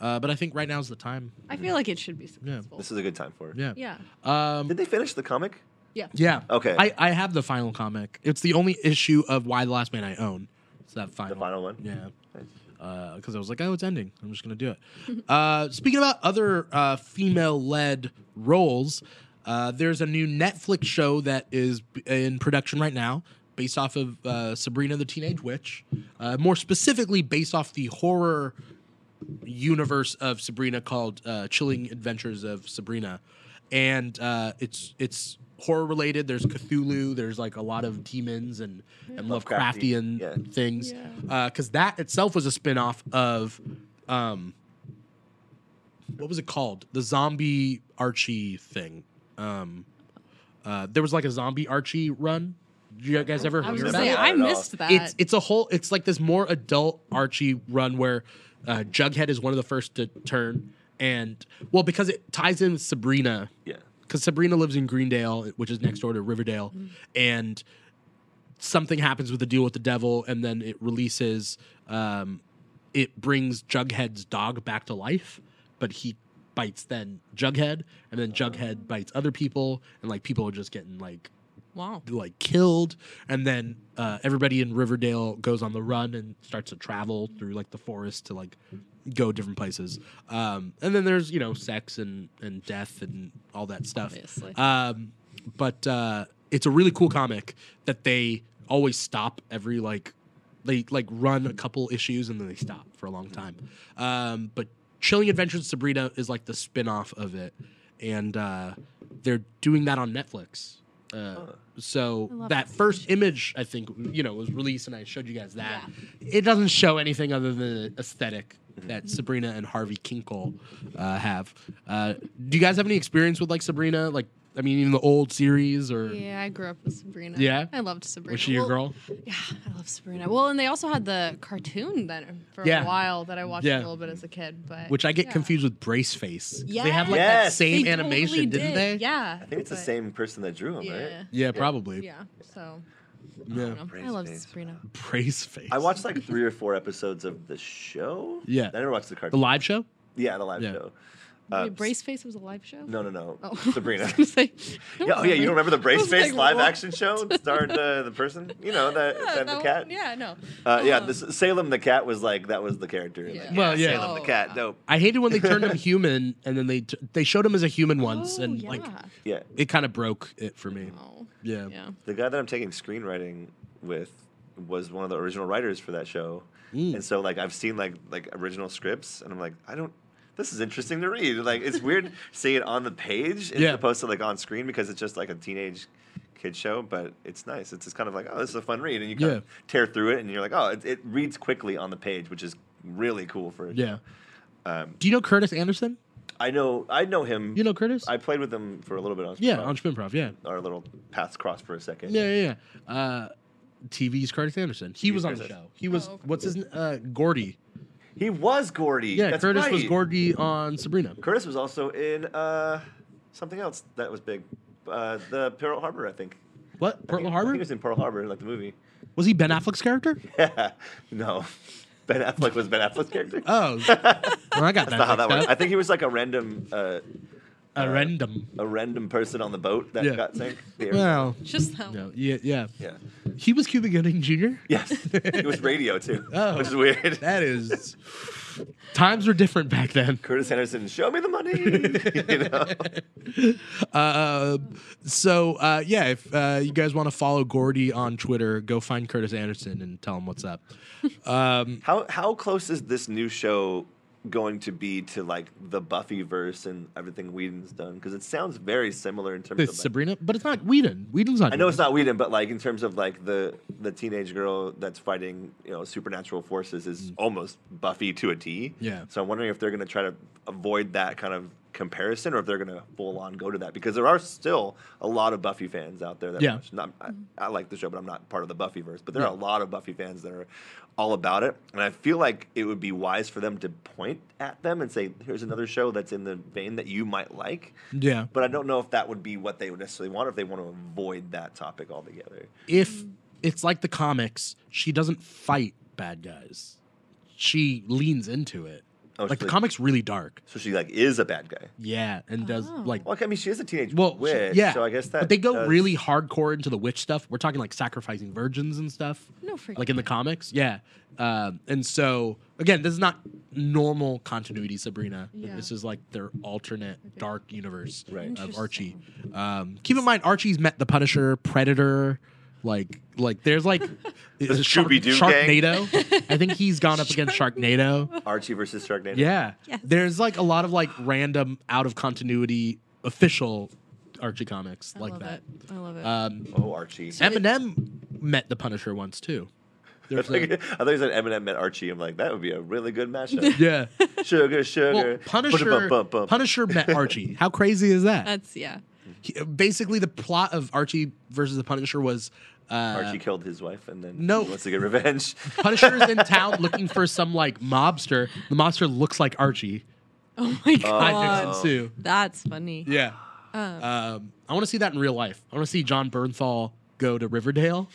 A: Uh, but I think right now's the time.
C: I feel like it should be successful.
B: This is a good time for it.
A: Yeah.
C: Yeah.
A: Um,
B: Did they finish the comic?
C: Yeah.
A: yeah.
B: Okay.
A: I, I have the final comic. It's the only issue of Why the Last Man I own. It's that final.
B: The final one.
A: Oh, Yeah.
B: Nice.
A: Because I was like, oh, it's ending. I'm just going to do it. uh, speaking about other uh, female led roles, uh, there's a new Netflix show that is b- in production right now based off of uh, Sabrina the Teenage Witch, uh, more specifically based off the horror universe of Sabrina called uh, Chilling Adventures of Sabrina, and uh, it's it's horror related. There's Cthulhu. There's like a lot of demons and, and Lovecraftian
B: Lovecraftian, yeah.
A: things,
C: Yeah.
A: because that itself was a spin-off of. Um, what was it called? The zombie Archie thing. Um, uh, there was like a zombie Archie run. Did you guys ever
C: I was
A: hear about
C: gonna say
A: it?
B: that?
C: I missed that.
A: It's it's a whole. It's like this more adult Archie run where uh, Jughead is one of the first to turn, and well, because it ties in with Sabrina,
B: Yeah.
A: because Sabrina lives in Greendale, which is next door to Riverdale, and something happens with the deal with the devil, and then it releases. Um, it brings Jughead's dog back to life, but he bites then Jughead, and then Jughead bites other people, and like people are just getting like
C: wow.
A: like killed and then uh, everybody in riverdale goes on the run and starts to travel through like the forest to like go different places um, and then there's you know sex and and death and all that stuff
C: Obviously.
A: um, but uh, it's a really cool comic that they always stop every like they like run a couple issues and then they stop for a long time um, but Chilling Adventures of Sabrina is like the spin off of it. And uh, they're doing that on Netflix. Uh, So
C: love
A: that
C: that
A: first image, I think, you know, was released, and I showed you guys that. It doesn't show anything other than the aesthetic that Sabrina and Harvey Kinkle uh, have. Uh, do you guys have any experience with like Sabrina? Like, I mean, in the old series or
C: Yeah, I grew up with Sabrina.
A: Yeah?
C: I loved Sabrina.
A: was she your
C: Well,
A: girl?
C: Yeah, I love Sabrina. Well, and they also had the cartoon then for
A: Yeah.
C: a while that I watched
A: Yeah.
C: a little bit as a kid, but
A: Which I get
C: yeah.
A: confused with Braceface. 'Cause They have like that
B: Yes.
A: same
C: They totally
A: animation, didn't
C: did,
A: they?
C: Yeah,
B: I think it's
C: but-
B: the same person that drew him,
C: Yeah,
B: right? Oh,
A: Yeah, probably.
C: yeah. So I,
A: Yeah.
C: don't know. I
B: Brace
C: love
B: face.
C: Sabrina.
A: Braceface.
B: I watched like three or four episodes of the show.
A: Yeah.
B: I never watched the
A: the
B: cartoon.
A: live show.
B: yeah, the live
A: Yeah.
B: show.
C: Wait,
B: Uh,
C: Braceface was a live show.
B: No, no, no.
C: Oh. I
B: Sabrina.
C: was gonna say, I
B: Yeah, oh yeah, you don't remember the
C: I was
B: Braceface
C: like,
B: live
C: what?
B: action show It starred uh, the person, you know, that,
C: Yeah,
B: that
C: that
B: the
C: one-
B: cat.
C: Yeah, no.
B: Uh, yeah,
C: Uh-huh.
B: this Salem the cat was like that was the character. in the
C: Yeah.
B: cat.
A: Well, yeah.
B: Salem the
C: Oh,
B: cat.
C: wow.
B: Dope.
A: I hated when they turned him human, and then they t- they showed him as a human once,
C: Oh,
A: and
C: yeah.
A: like
B: Yeah,
A: it kind of broke it for me.
C: Oh,
A: Yeah.
C: yeah.
B: the guy that I'm taking screenwriting with was one of the original writers for that show,
A: Mm.
B: and so like I've seen like like original scripts, and I'm like, I don't. This is interesting to read. Like it's weird seeing it on the page as
A: Yeah.
B: opposed to like on screen because it's just like a teenage kid show, but it's nice. It's just kind of like, oh, this is a fun read, and you kind of tear through it, and you're like, oh, it, it reads quickly on the page, which is really cool for a
A: Yeah.
B: Um,
A: Do you know Curtis Anderson?
B: I know, I know him.
A: You know Curtis?
B: I played with him for a little bit on
A: yeah,
B: Spongebob.
A: on Spimprov. Yeah.
B: our little paths crossed for a second.
A: Yeah, yeah, yeah. Uh, TV's Curtis Anderson. He
B: TV's
A: was on the
B: Curtis.
A: show. He was
C: Oh, okay.
A: what's his n- uh, Gordy.
B: He was Gordy.
A: Yeah,
B: That's
A: Curtis was
B: right.
A: Gordy on Sabrina.
B: Curtis was also in uh, something else that was big. Uh, the Pearl Harbor, I think.
A: What
B: I think-
A: Pearl
B: I think
A: Harbor?
B: he was in Pearl Harbor, like the movie.
A: Was he Ben Affleck's character?
B: no, Ben Affleck was Ben Affleck's character.
A: Oh, well, I got
B: That's not
A: that.
B: how that
A: mixed
B: works. I
A: up.
B: think he was like a random, uh,
A: A random.
B: a random person on the boat that
A: Yeah.
B: got sank. The-
A: Well,
C: Just that
A: no, yeah, yeah.
B: Yeah.
A: He was Cuba Gooding Jr.
B: Yes. It was radio too,
A: Oh.
B: which is weird.
A: That is. Times were different back then.
B: Curtis Anderson, show me the money. you know?
A: Uh, so uh, yeah, if uh, you guys want to follow Gordy on Twitter, go find Curtis Anderson and tell him what's up.
B: How how close is this new show going to be to like the Buffy verse and everything Whedon's done? Because it sounds very similar in terms of.
A: It's
B: Like,
A: Sabrina, but it's not Whedon. Whedon's not.
B: I know it's not Whedon, but like in terms of like the the teenage girl that's fighting you know supernatural forces is almost Buffy to a T.
A: Mm. Yeah.
B: So I'm wondering if they're going to try to avoid that kind of comparison, or if they're going to full on go to that because there are still a lot of Buffy fans out there. That
A: Yeah.
B: watch- Not, I, I like the show, but I'm not part of the Buffyverse. But there are a lot of Buffy fans that are all about it, and I feel like it would be wise for them to point at them and say, "Here's another show that's in the vein that you might like."
A: Yeah.
B: But I don't know if that would be what they would necessarily want, or if they want to avoid that topic altogether.
A: If it's like the comics, she doesn't fight bad guys. She leans into it.
B: Oh,
A: like the
B: she-
A: comics, really dark.
B: So she like is a bad guy.
A: Yeah, and does
C: Oh.
A: like.
B: Well, I mean, she is a teenage
A: Well, she-
B: witch,
A: yeah,
B: so I guess that.
A: But they go
B: does-
A: really hardcore into the witch stuff. We're talking like sacrificing virgins and stuff.
C: No freaking
A: Like in the comics, yeah. Um, and so again, this is not normal continuity, Sabrina.
C: Yeah.
A: This is like their alternate dark universe
B: Right.
A: of Archie. Um, keep in mind, Archie's met the Punisher, Predator. Like, like there's like
B: The
A: Shark-
B: Scooby-Doo gang.
A: Sharknado. I think he's gone up against Sharknado.
B: Archie versus Sharknado.
A: Yeah.
C: Yes.
A: There's like a lot of like random out of continuity official Archie comics
C: I
A: like
C: love
A: that.
C: it. I love it.
A: Um,
B: Oh, Archie.
A: Eminem met the Punisher once too.
B: I
A: There's
B: thought you
A: a,
B: said Eminem met Archie. I'm like, that would be a really good mashup.
A: yeah.
B: sugar,
A: Well,
B: sugar.
A: Punisher,
B: Ba-da-bum-bum-bum.
A: Punisher met Archie. How crazy is that?
C: That's yeah.
A: He- basically, the plot of Archie versus the Punisher was uh,
B: Archie killed his wife and then
A: No.
B: he wants to get revenge.
A: Punisher is in town looking for some like mobster. The mobster looks like Archie.
C: Oh my
A: Hi,
C: god.
A: Nixon Sue.
C: That's funny.
A: Yeah.
C: Oh.
A: Um, I want to see that in real life. I want to see John Bernthal go to Riverdale.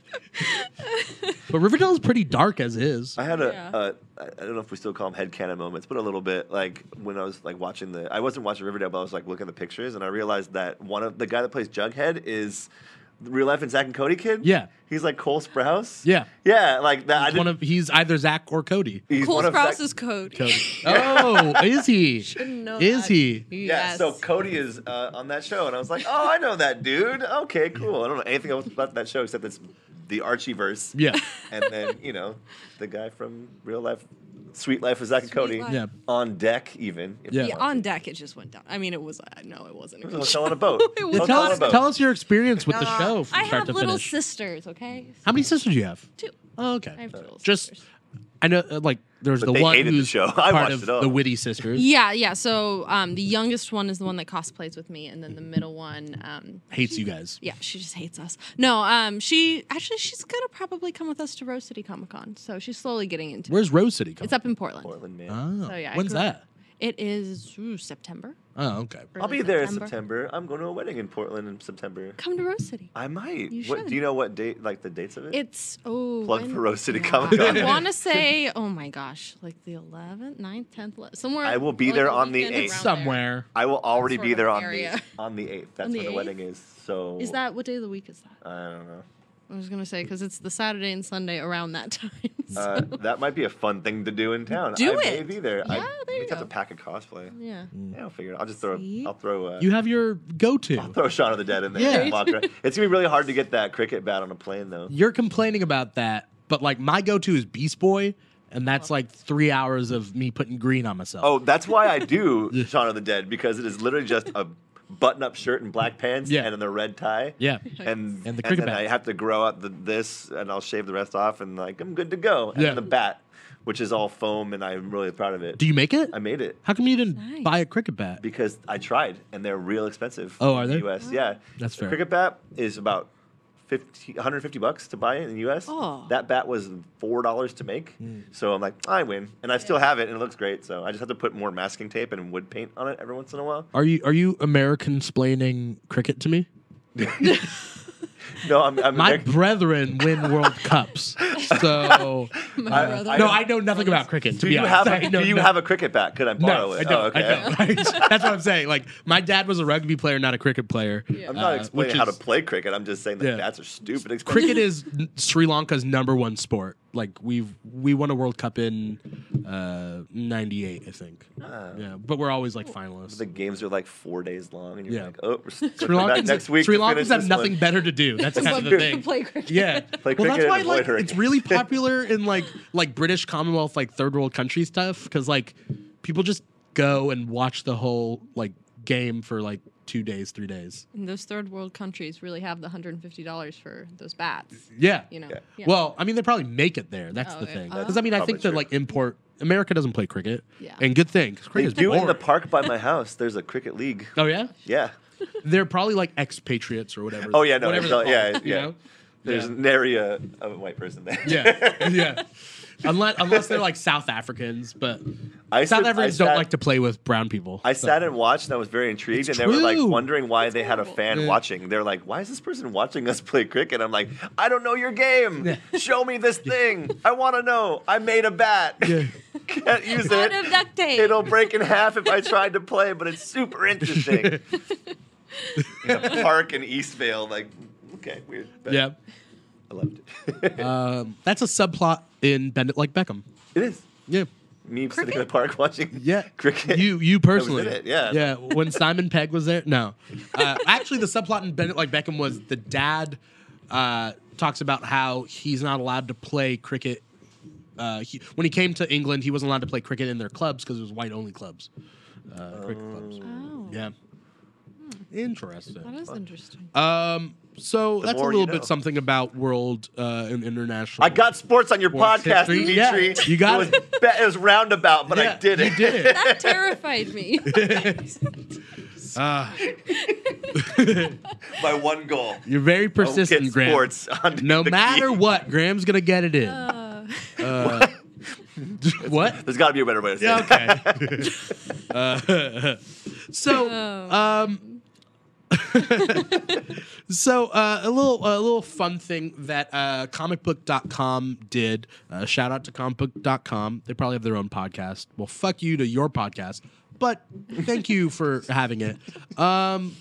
A: but Riverdale is pretty dark as is.
B: I had a
C: Yeah.
B: uh, I I don't know if we still call them headcanon moments, but a little bit like when I was like watching the I wasn't watching Riverdale, but I was like looking at the pictures and I realized that one of the guy that plays Jughead is the real life and Zach and Cody kid.
A: Yeah.
B: he's like Cole Sprouse.
A: Yeah.
B: yeah, like that. I
A: He's
B: didn't,
A: one of he's either Zach or Cody.
B: he's
C: Cole
B: one of Zach-
C: Sprouse is Cody.
A: Cody. Oh, is he?
C: Shouldn't know
A: Is
C: that.
A: he?
B: Yeah,
C: Yes.
B: so Cody is uh, on that show, and I was like, "Oh, I know that dude. Okay, cool. I don't know anything else about that show except it's the Archieverse.
A: Yeah.
B: And then you know, the guy from Real Life, Sweet Life with Zach and
C: Sweet
B: Cody,
C: Life.
A: Yeah.
B: on deck even. if
A: Yeah.
B: you
C: Yeah,
B: want
C: on deck it just went down. I mean, it was uh, no, it wasn't. a
B: to.
C: good
B: Hotel on a
C: show.
B: boat.
C: It was
A: Yeah,
B: Hotel
A: tell,
B: on a
A: us,
B: boat.
A: tell us your experience with the show from
C: I
A: start
C: have
A: to
C: little
A: finish.
C: sisters. Okay,
A: How many sisters do you have?
C: two.
A: Oh, okay.
C: I have two little
A: Just,
C: sisters.
A: I know, uh, like, there's
B: But
A: the
B: they
A: one
B: hated the
A: who's
B: show. I
A: part
B: watched
A: of
B: it all.
A: the Witty Sisters.
C: Yeah, yeah. So um, the youngest one is the one that cosplays with me, and then the middle one, um,
A: Hates you guys.
C: yeah, she just hates us. No, um, she actually she's gonna probably come with us to Rose City Comic Con. So she's slowly getting into. it.
A: Where's Rose City coming?
C: It's up in Portland.
B: Portland, man.
A: Oh,
C: So yeah, I
A: when's
C: grew up-
A: that?
C: It is ooh, September.
A: Oh, okay.
B: I'll
C: early
B: be there in September. I'm going to a wedding in Portland in September.
C: Come to Rose City.
B: I might.
C: You
B: what,
C: should.
B: do you know what date, like the dates of it?
C: It's oh
B: Plug
C: when-
B: for Rose City
C: yeah.
B: Comic Con.
C: I want to say oh my gosh, like the 11th, 9th, 10th, le- somewhere.
B: I will be
C: like
B: there
C: a
B: on the
C: weekend
B: 8th.
C: around there.
A: Somewhere.
B: I will already
C: sort
B: be
C: of
B: there on
C: area.
B: the on the eighth. That's
C: the
B: when the
C: 8th?
B: wedding is. So
C: Is that what day of the week is that?
B: I don't know.
C: I was gonna say because it's the Saturday and Sunday around that time. so-
B: Uh, that might be a fun thing to do in town.
C: Do
B: I May
C: it.
B: be there. I
C: Yeah, there you
B: just have
C: go.
B: to pack a cosplay.
C: yeah.
B: Yeah, I'll figure it. out. I'll just throw.
C: See?
B: I'll throw. Uh,
A: You have your go
B: I'll
A: to.
B: throw Shaun of the Dead in there.
A: Yeah.
B: and walk around. It's gonna be really hard to get that cricket bat on a plane though.
A: You're complaining about that, but like my go to is Beast Boy, and
C: Oh.
A: that's like three hours of me putting green on myself.
B: Oh, that's why I do Shaun of the Dead because it is literally just a button-up shirt and black pants
A: Yeah.
B: and then a red tie.
A: Yeah.
B: And
A: And the
B: and
A: cricket
B: then
A: bat.
B: I have to grow out the, this and I'll shave the rest off and like I'm good to go. And
A: Yeah.
B: then the bat, which is all foam and I'm really proud of it.
A: Do you make it?
B: I made it
A: How come you didn't
C: Nice.
A: buy a cricket bat?
B: because I tried and they're real expensive.
A: Oh, are
B: in the
A: they?
B: US, yeah.
A: That's
B: The
A: fair.
B: cricket bat is about 50, 150 bucks to buy it in the US.
C: Oh.
B: That bat was four dollars to make.
A: Hmm.
B: So I'm like, I win, and I still have it, and it looks great. So I just have to put more masking tape and wood paint on it every once in a while.
A: Are you are you American splaining cricket to me?
B: No, I'm, I'm
A: My
B: American-
A: brethren win World Cups, so
C: My
B: I-
C: brother.
B: I-
A: no, I know nothing about cricket. To
B: Do
A: be
B: you
A: honest.
B: have
A: I
B: a,
A: know
B: do you
A: nothing.
B: have a cricket bat? Could I borrow
A: No,
B: it?
A: I don't.
B: oh, okay.
A: I don't. That's what I'm saying. Like my dad was a rugby player, not a cricket player.
B: I'm
A: Uh,
B: not
A: which
B: explaining how to
A: is-
B: play cricket. I'm just saying that
A: Yeah.
B: bats are stupid expensive.
A: Cricket is n- Sri Lanka's number one sport. Like we've we won a World Cup in uh, '98, I think. Yeah, but we're always like finalists.
B: Uh, Ah. The games are like four days long, and you're
A: Yeah.
B: like, oh, we're Sri
A: Sri
B: back
A: Lankans,
B: next week.
A: Sri
B: to finish
A: Lankans have
B: this
A: nothing
B: one.
A: better to do. That's kind of the thing.
C: Play cricket.
A: Yeah. well,
B: Play cricket
A: that's why
B: and
A: like
B: avoid
A: it's
B: hurricanes.
A: really popular in like like British Commonwealth like third world country stuff because like people just go and watch the whole like game for like two days, three days.
C: And those third world countries really have the $150 for those bats.
A: Yeah.
C: You know.
B: Yeah.
A: Well, I mean, they probably make it there. That's
C: Oh,
A: the
C: yeah.
A: thing.
C: Oh.
A: Because I mean, I
B: Probably
A: think that
B: true.
A: like import America doesn't play cricket.
C: Yeah.
A: And good thing 'cause
B: They
A: cricket is
B: do in the
A: boring.
B: park by my house. There's a cricket league.
A: Oh yeah,
B: Yeah.
A: they're probably like expatriates or whatever.
B: Oh yeah. No.
A: whatever
B: it's
A: they're
B: all- yeah.
A: called, you
B: yeah.
A: know?
B: There's
A: Yeah.
B: nary a, a white person there.
A: Yeah, yeah. Unless unless they're like South Africans, but
B: I
A: South
B: sit- I
A: Africans
B: sat-
A: don't like to play with brown people.
B: I
A: so.
B: sat and watched, and I was very intrigued,
A: It's
B: and they were like
A: true.
B: wondering why they had a
C: horrible.
B: fan
A: Yeah.
B: watching. They're like, "Why is this person watching us play cricket?" I'm like, "I don't know your game. Show me this thing. I want to know. I made a bat.
A: Yeah.
B: Can't use
C: Out
B: it.
C: of duct tape.
B: It'll break in half if I tried to play, but it's super interesting." in a park in Eastvale, like, okay, weird. But
A: Yeah.
B: I loved it.
A: Um, that's a subplot in Bend It Like Beckham.
B: it is
A: Yeah.
B: me sitting in the park watching cricket.
A: You you personally.
B: it, yeah.
A: Yeah. When Simon Pegg was there. No. Uh, actually, the subplot in Bend It Like Beckham was the dad uh, talks about how he's not allowed to play cricket. Uh, he, when he came to England, he wasn't allowed to play cricket in their clubs because it was white only clubs. Uh, cricket clubs.
C: Oh.
A: Yeah. Hmm. Interesting.
C: That is interesting.
A: Um, so that's a
B: more
A: little
B: you know.
A: bit something about world uh, and international.
B: I got sports on your
A: Sports
B: podcast,
A: history?
B: Dimitri.
A: Yeah, you got
B: it. Was,
A: it.
B: ba- it was roundabout, but I
A: Yeah,
B: did it.
A: You did it.
C: That terrified me.
A: Ah,
B: My one goal.
A: you're very
B: Don't get
A: persistent, Graham.
B: sports on
A: No
B: the key.
A: matter what, Graham's gonna get it in.
C: Uh,
A: Uh, what?
B: There's got to be a better way to say
A: Yeah,
B: it.
A: okay. uh, so,
C: Oh.
A: um, so uh, a little a little fun thing that uh, comicbook.com did. Uh, shout out to comicbook.com. They probably have their own podcast. Well, fuck you to your podcast, but thank you for having it. Um,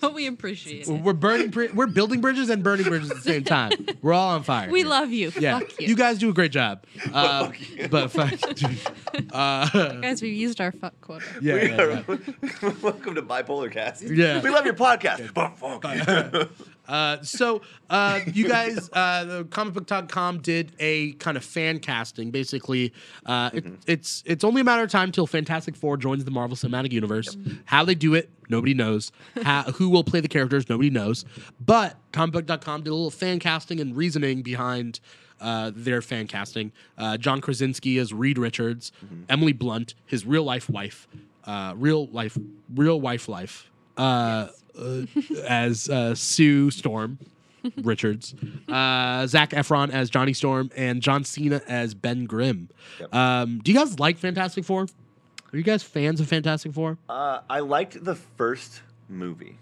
C: but we appreciate it.
A: we're burning, bri- we're building bridges and burning bridges at the same time. We're all on fire.
C: We
A: here.
C: love you.
A: Yeah,
C: Fuck you.
A: you. guys do a great job. Uh, but fuck, you. uh,
C: Guys, we've used our fuck quota.
A: yeah,
B: We
A: yeah, yeah.
B: are- Welcome to Bipolar Cast.
A: Yeah.
B: We love your podcast. But fuck.
A: Uh, so uh, you guys, uh, the comicbook.com did a kind of fan casting. Basically, uh, it, it's it's only a matter of time till Fantastic Four joins the Marvel Cinematic Universe. How they do it, nobody knows. How, who will play the characters, nobody knows. But comicbook.com did a little fan casting and reasoning behind uh, their fan casting. Uh, John Krasinski as Reed Richards, Emily Blunt, his real life wife, uh, real life, real wife life, uh, uh, as uh, Sue Storm Richards, uh, Zach Efron as Johnny Storm, and John Cena as Ben Grimm. Um, do you guys like Fantastic Four? Are you guys fans of Fantastic Four?
B: Uh, I liked the first movie.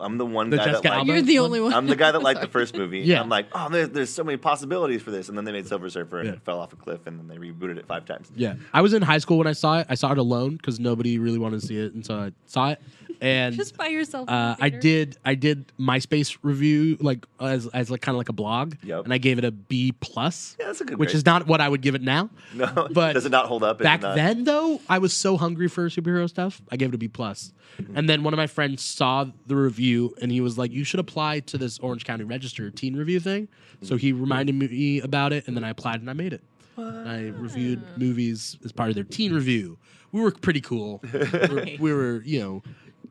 B: I'm the one
A: The
B: guy
A: Jessica
B: that liked.
A: Alba?
C: You're the only one.
B: I'm the guy that liked the first movie.
A: Yeah.
B: I'm like, oh, there, there's so many possibilities for this, and then they made Silver Surfer and
A: Yeah.
B: it fell off a cliff, and then they rebooted it five times.
A: Yeah, I was in high school when I saw it. I saw it alone because nobody really wanted to see it, and so I saw it. And
C: Just by yourself. in the
A: Uh, I
C: theater.
A: did. I did MySpace review like as, as like kind of like a blog,
B: Yep.
A: and I gave it a B plus,
B: Yeah, that's a good
A: which
B: grade.
A: is not what I would give it now.
B: No,
A: but
B: does it not hold up? Is it
A: Back
B: not-
A: then, though, I was so hungry for superhero stuff, I gave it a B plus. And then one of my friends saw the review, and he was like, "You should apply to this Orange County Register teen review thing." So he reminded me about it, and then I applied and I made it. And I reviewed movies as part of their teen review. We were pretty cool. We were, we were, you know,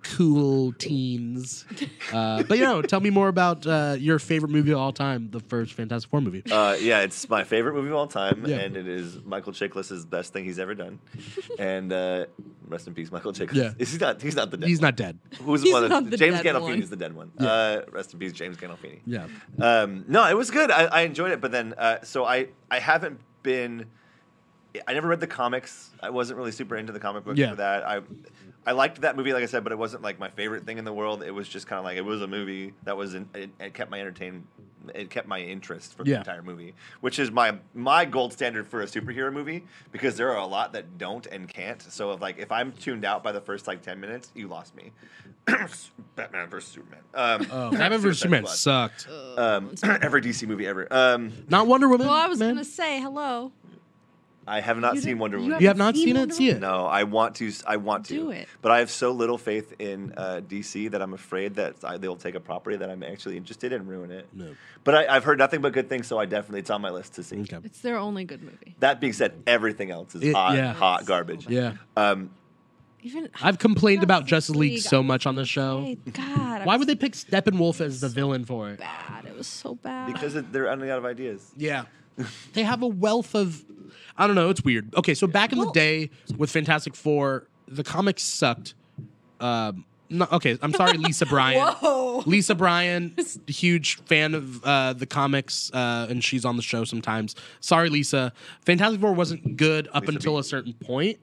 A: cool teens. Uh, but you know, tell me more about uh, your favorite movie of all time, the first Fantastic Four movie.
B: Uh, yeah, it's my favorite movie of all time,
A: Yeah.
B: and it is Michael Chiklis' best thing he's ever done. and uh, rest in peace, Michael Chiklis.
A: Yeah.
B: He's not. He's not the dead.
A: He's
B: one.
A: not dead.
B: Who's
C: He's
B: one of-
C: not the
B: James
C: dead
B: Gandolfini
C: one.
B: is the dead one. Uh, rest in peace, James Gandolfini.
A: Yeah.
B: Um, no, it was good. I, I enjoyed it, but then uh, so I I haven't been. I never read the comics. I wasn't really super into the comic books
A: Yeah.
B: for that. I I liked that movie, like I said, but it wasn't like my favorite thing in the world. It was just kind of like it was a movie that was in, it, it kept my entertain it kept my interest for
A: Yeah.
B: the entire movie, which is my my gold standard for a superhero movie because there are a lot that don't and can't. So if like if I'm tuned out by the first like ten minutes, you lost me. Batman versus Superman. Um,
A: Oh, Batman vs
B: Suicide
A: Superman
B: Squad.
A: sucked.
B: um, every DC movie ever. Um,
A: Not Wonder Woman.
C: Well, I was
A: man.
C: gonna say hello.
B: I have not
C: You
B: seen
C: don't-
B: Wonder
C: you
B: Woman.
A: You have not
C: Seen
A: seen it?
C: Wonder
A: See it.
B: No, I want to. s- I want to.
C: Do it.
B: But I have so little faith in uh, DC that I'm afraid that I, they'll take a property that I'm actually interested in and ruin it.
A: No.
B: But I, I've heard nothing but good things, so I definitely it's on my list to see.
A: Okay.
C: It's their only good movie.
B: That being said, everything else is
A: It-
B: hot,
A: yeah.
B: hot garbage.
A: Yeah.
B: Um,
C: Even
A: I've complained about Justice
C: Justice
A: League,
C: League, I
A: so much on the show.
C: Hey,
A: Why
C: God. it was
A: would they pick Steppenwolf as the villain for it?
C: bad? It was so bad.
B: because it, they're running out of ideas.
A: Yeah. they have a wealth of I don't know, it's weird. Okay, so back in the
C: Well-
A: day with Fantastic 4, the comics sucked. Um no, okay, I'm sorry Lisa Bryan.
C: Whoa.
A: Lisa Bryan, huge fan of uh, the comics, uh, and she's on the show sometimes. Sorry, Lisa. Fantastic Four wasn't good up
B: Lisa
A: until
B: B.
A: a certain point,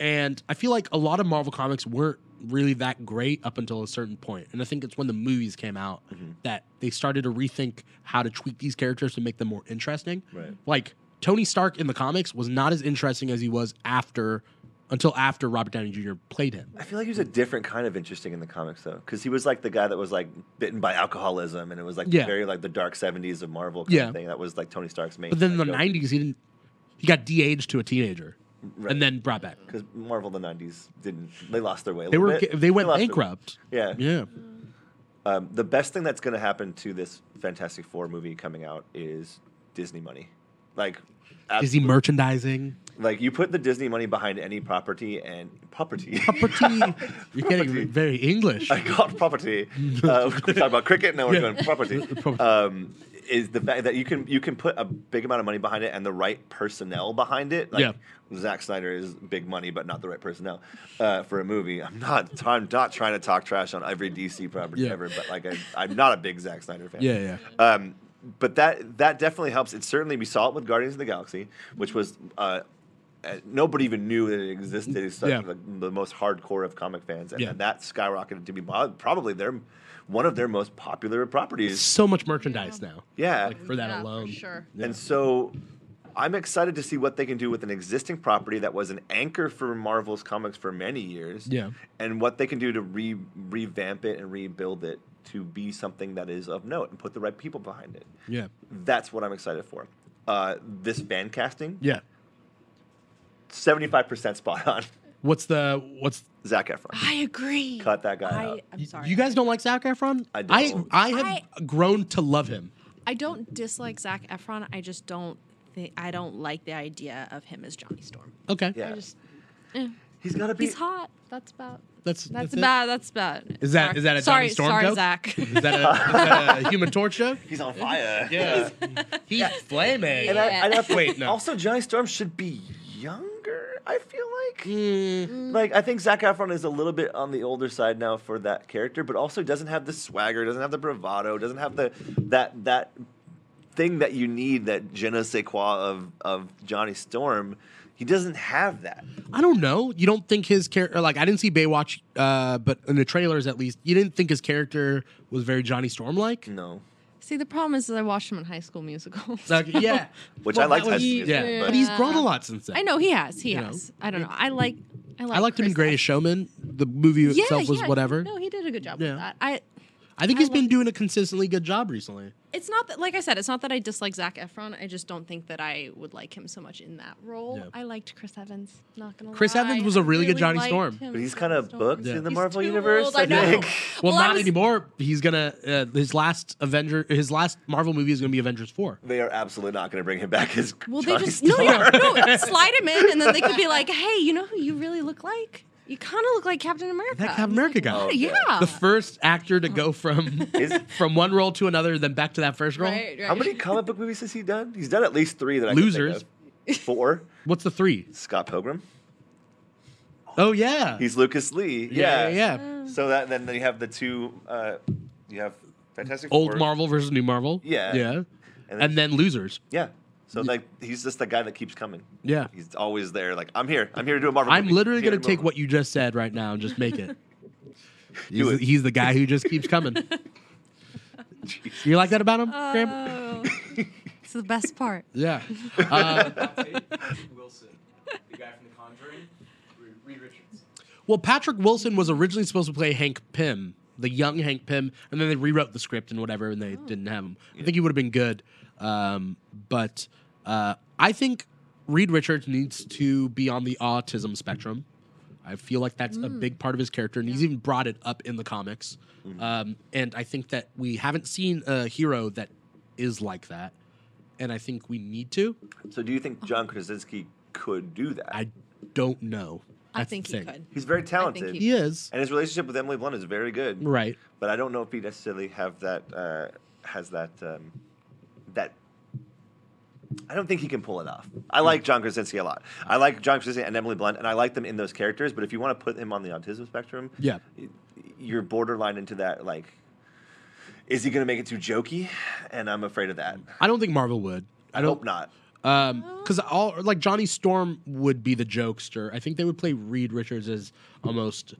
A: and I feel like a lot of Marvel comics weren't really that great up until a certain point. And I think it's when the movies came out
B: Mm-hmm.
A: that they started to rethink how to tweak these characters to make them more interesting.
B: Right.
A: Like Tony Stark in the comics was not as interesting as he was after until after Robert Downey Jr. played him.
B: I feel like he was a different kind of interesting in the comics though, because he was like the guy that was like bitten by alcoholism, and it was like
A: Yeah.
B: very like the dark '70s of Marvel kind
A: Yeah.
B: of thing. That was like Tony Stark's main.
A: But then in the
B: like, joke.
A: nineties, he didn't. He got de-aged to a teenager,
B: Right.
A: and then brought back.
B: because Marvel in the '90s didn't. They lost their way. a
A: They
B: little
A: were
B: bit.
A: they went
B: lost their-
A: bankrupt.
B: Yeah.
A: Yeah.
B: Um, the best thing that's going to happen to this Fantastic Four movie coming out is Disney money. Like, ab-
A: Is he merchandising?
B: like you put the Disney money behind any property and property.
A: Property. You're getting very English.
B: I got property. Uh, we talked about cricket. Now we're
A: Yeah.
B: doing property.
A: Property.
B: Um, is the fact that you can you can put a big amount of money behind it and the right personnel behind it. Like
A: Yeah.
B: Zack Snyder is big money, but not the right personnel uh, for a movie. I'm not I'm not trying to talk trash on every DC property
A: Yeah.
B: ever, but like I, I'm not a big Zack Snyder fan.
A: Yeah, yeah.
B: Um, but that that definitely helps. It certainly we saw it with Guardians of the Galaxy, which was uh, uh, nobody even knew that it existed. It's such
A: Yeah.
B: the, the most hardcore of comic fans, and
A: Yeah.
B: then that skyrocketed to be mo- probably their one of their most popular properties.
A: So much merchandise now.
B: Yeah,
A: Like, for that
C: Yeah,
A: alone.
C: For sure.
B: and so. I'm excited to see what they can do with an existing property that was an anchor for Marvel's comics for many years.
A: Yeah.
B: And what they can do to re- revamp it and rebuild it to be something that is of note and put the right people behind it.
A: Yeah.
B: That's what I'm excited for. Uh, this fan casting,
A: Yeah.
B: 75% spot on.
A: What's the what's
B: Zach Efron.
C: I agree.
B: Cut that guy
C: I,
B: out.
C: I'm sorry.
A: you guys don't like Zach Efron?
B: I don't.
A: I, I have grown to love him.
C: I don't dislike Zach Efron. I just don't think I don't like the idea of him as Johnny Storm.
A: Okay.
B: Yeah,
C: I just eh.
B: he's got to be.
C: he's hot. That's about.
A: That's
C: That's,
A: it?
C: about. That's about. it.
A: Is that-
C: Sorry.
A: is that a Johnny
C: sorry,
A: Storm
C: Sorry,
A: joke?
C: Zach.
A: Is that, a, is that a human torch joke?
B: He's on fire.
A: Yeah. He's flaming.
B: And I, and I-
A: Wait, no.
B: Also, Johnny Storm should be younger. I feel like.
A: Hmm.
B: Like I think Zach Efron is a little bit on the older side now for that character, but also doesn't have the swagger, doesn't have the bravado, doesn't have the that that thing that you need that je ne sais quoi of of Johnny Storm. He doesn't have that.
A: I don't know. You don't think his character, like, I didn't see Baywatch, uh, but in the trailers at least, you didn't think his character was very Johnny Storm like?
B: No.
C: See, the problem is, is I watched him in High School Musical.
A: Like, yeah.
B: Which I
A: Well,
B: liked.
A: that
B: High
A: was-
B: School
C: he-
B: Musical,
A: Yeah.
C: Yeah.
A: But he's grown a lot since then.
C: I know he has. He
A: You know,
C: has. I don't know. I like. I like.
A: I liked him in
C: Chris
A: Greatest Showman. The movie
C: Evans. Yeah,
A: itself was
C: yeah,
A: whatever.
C: No, he did a good job
A: Yeah.
C: with that. I.
A: I think
C: I
A: he's been
C: like-
A: doing a consistently good job recently.
C: It's not that, like I said, it's not that I dislike Zach Efron. I just don't think that I would like him so much in that role.
A: Yeah.
C: I liked Chris Evans. Not gonna lie.
A: Chris Evans was a
C: I
A: really good Johnny
C: liked
A: Storm.
C: him
B: But he's
C: as
B: kind
C: Johnny
B: of
C: Storm.
B: booked
A: Yeah.
B: in the
C: He's
B: Marvel
C: too
B: universe.
C: old, I know.
B: think.
A: Well,
C: Well, I
A: not
C: was-
A: anymore. He's gonna uh, his last Avenger, his last Marvel movie is gonna be Avengers four.
B: They are absolutely not going to bring him back as
C: Well,
B: Johnny
C: they just
B: Storm.
C: no, no, no. Slide him in, and then they could be like, "Hey, you know who you really look like? You kind of look like Captain America."
A: That Captain
C: And
A: America
C: it's
A: guy.
C: like,
B: Oh,
C: Yeah. yeah.
A: the first actor to go from
B: Is-
A: from one role to another, then back to that first role.
C: right, right.
B: How many comic book movies has he done? He's done at least three that I
A: Losers.
B: Can think of. Four.
A: What's the three?
B: Scott Pilgrim.
A: Oh yeah,
B: He's Lucas Lee.
A: yeah,
B: Yeah,
A: yeah. yeah.
C: Oh.
B: So that then you have the two. Uh, you have Fantastic
A: Old
B: Four,
A: Marvel versus new Marvel.
B: Yeah.
A: yeah,
B: and then,
A: and then losers.
B: yeah. So like he's just the guy that keeps coming.
A: Yeah.
B: He's always there. Like I'm here. I'm here to do a Marvel.
A: I'm
B: movie.
A: literally
B: Here
A: gonna take
B: Marvel."
A: what you just said right now and just make it.
B: Do
A: He's,
B: it.
A: he's the guy who just keeps coming. you like that about him, Graham?
C: Oh, it's the best part.
A: Yeah. Uh,
D: Wilson, the guy from The Conjuring, Reed Richards.
A: Well, Patrick Wilson was originally supposed to play Hank Pym, the young Hank Pym, and then they rewrote the script and whatever, and they
C: Oh.
A: didn't have him. I think he would have been good, um, but uh, I think Reed Richards needs to be on the autism spectrum. I feel like that's
C: Mm.
A: a big part of his character, and he's even brought it up in the comics. Um, and I think that we haven't seen a hero that is like that, and I think we need to.
B: So do you think John Krasinski could do that?
A: I don't know.
C: I
A: That's the
C: think he
A: thing.
C: could.
B: he's very
C: think he-
B: talented.
A: He is
B: and his relationship with Emily Blunt is very good.
A: right.
B: But I don't know if he necessarily have that uh, has that um, that. I don't think he can pull it off. I like John Krasinski a lot. I like John Krasinski and Emily Blunt, and I like them in those characters. But if you want to put him on the autism spectrum,
A: Yeah.
B: y- you're borderline into that. Like, is he going to make it too jokey? And I'm afraid of that.
A: I don't think Marvel would. I
B: I
A: don't
B: hope not.
A: Um, because all like Johnny Storm would be the jokester. I think they would play Reed Richards as almost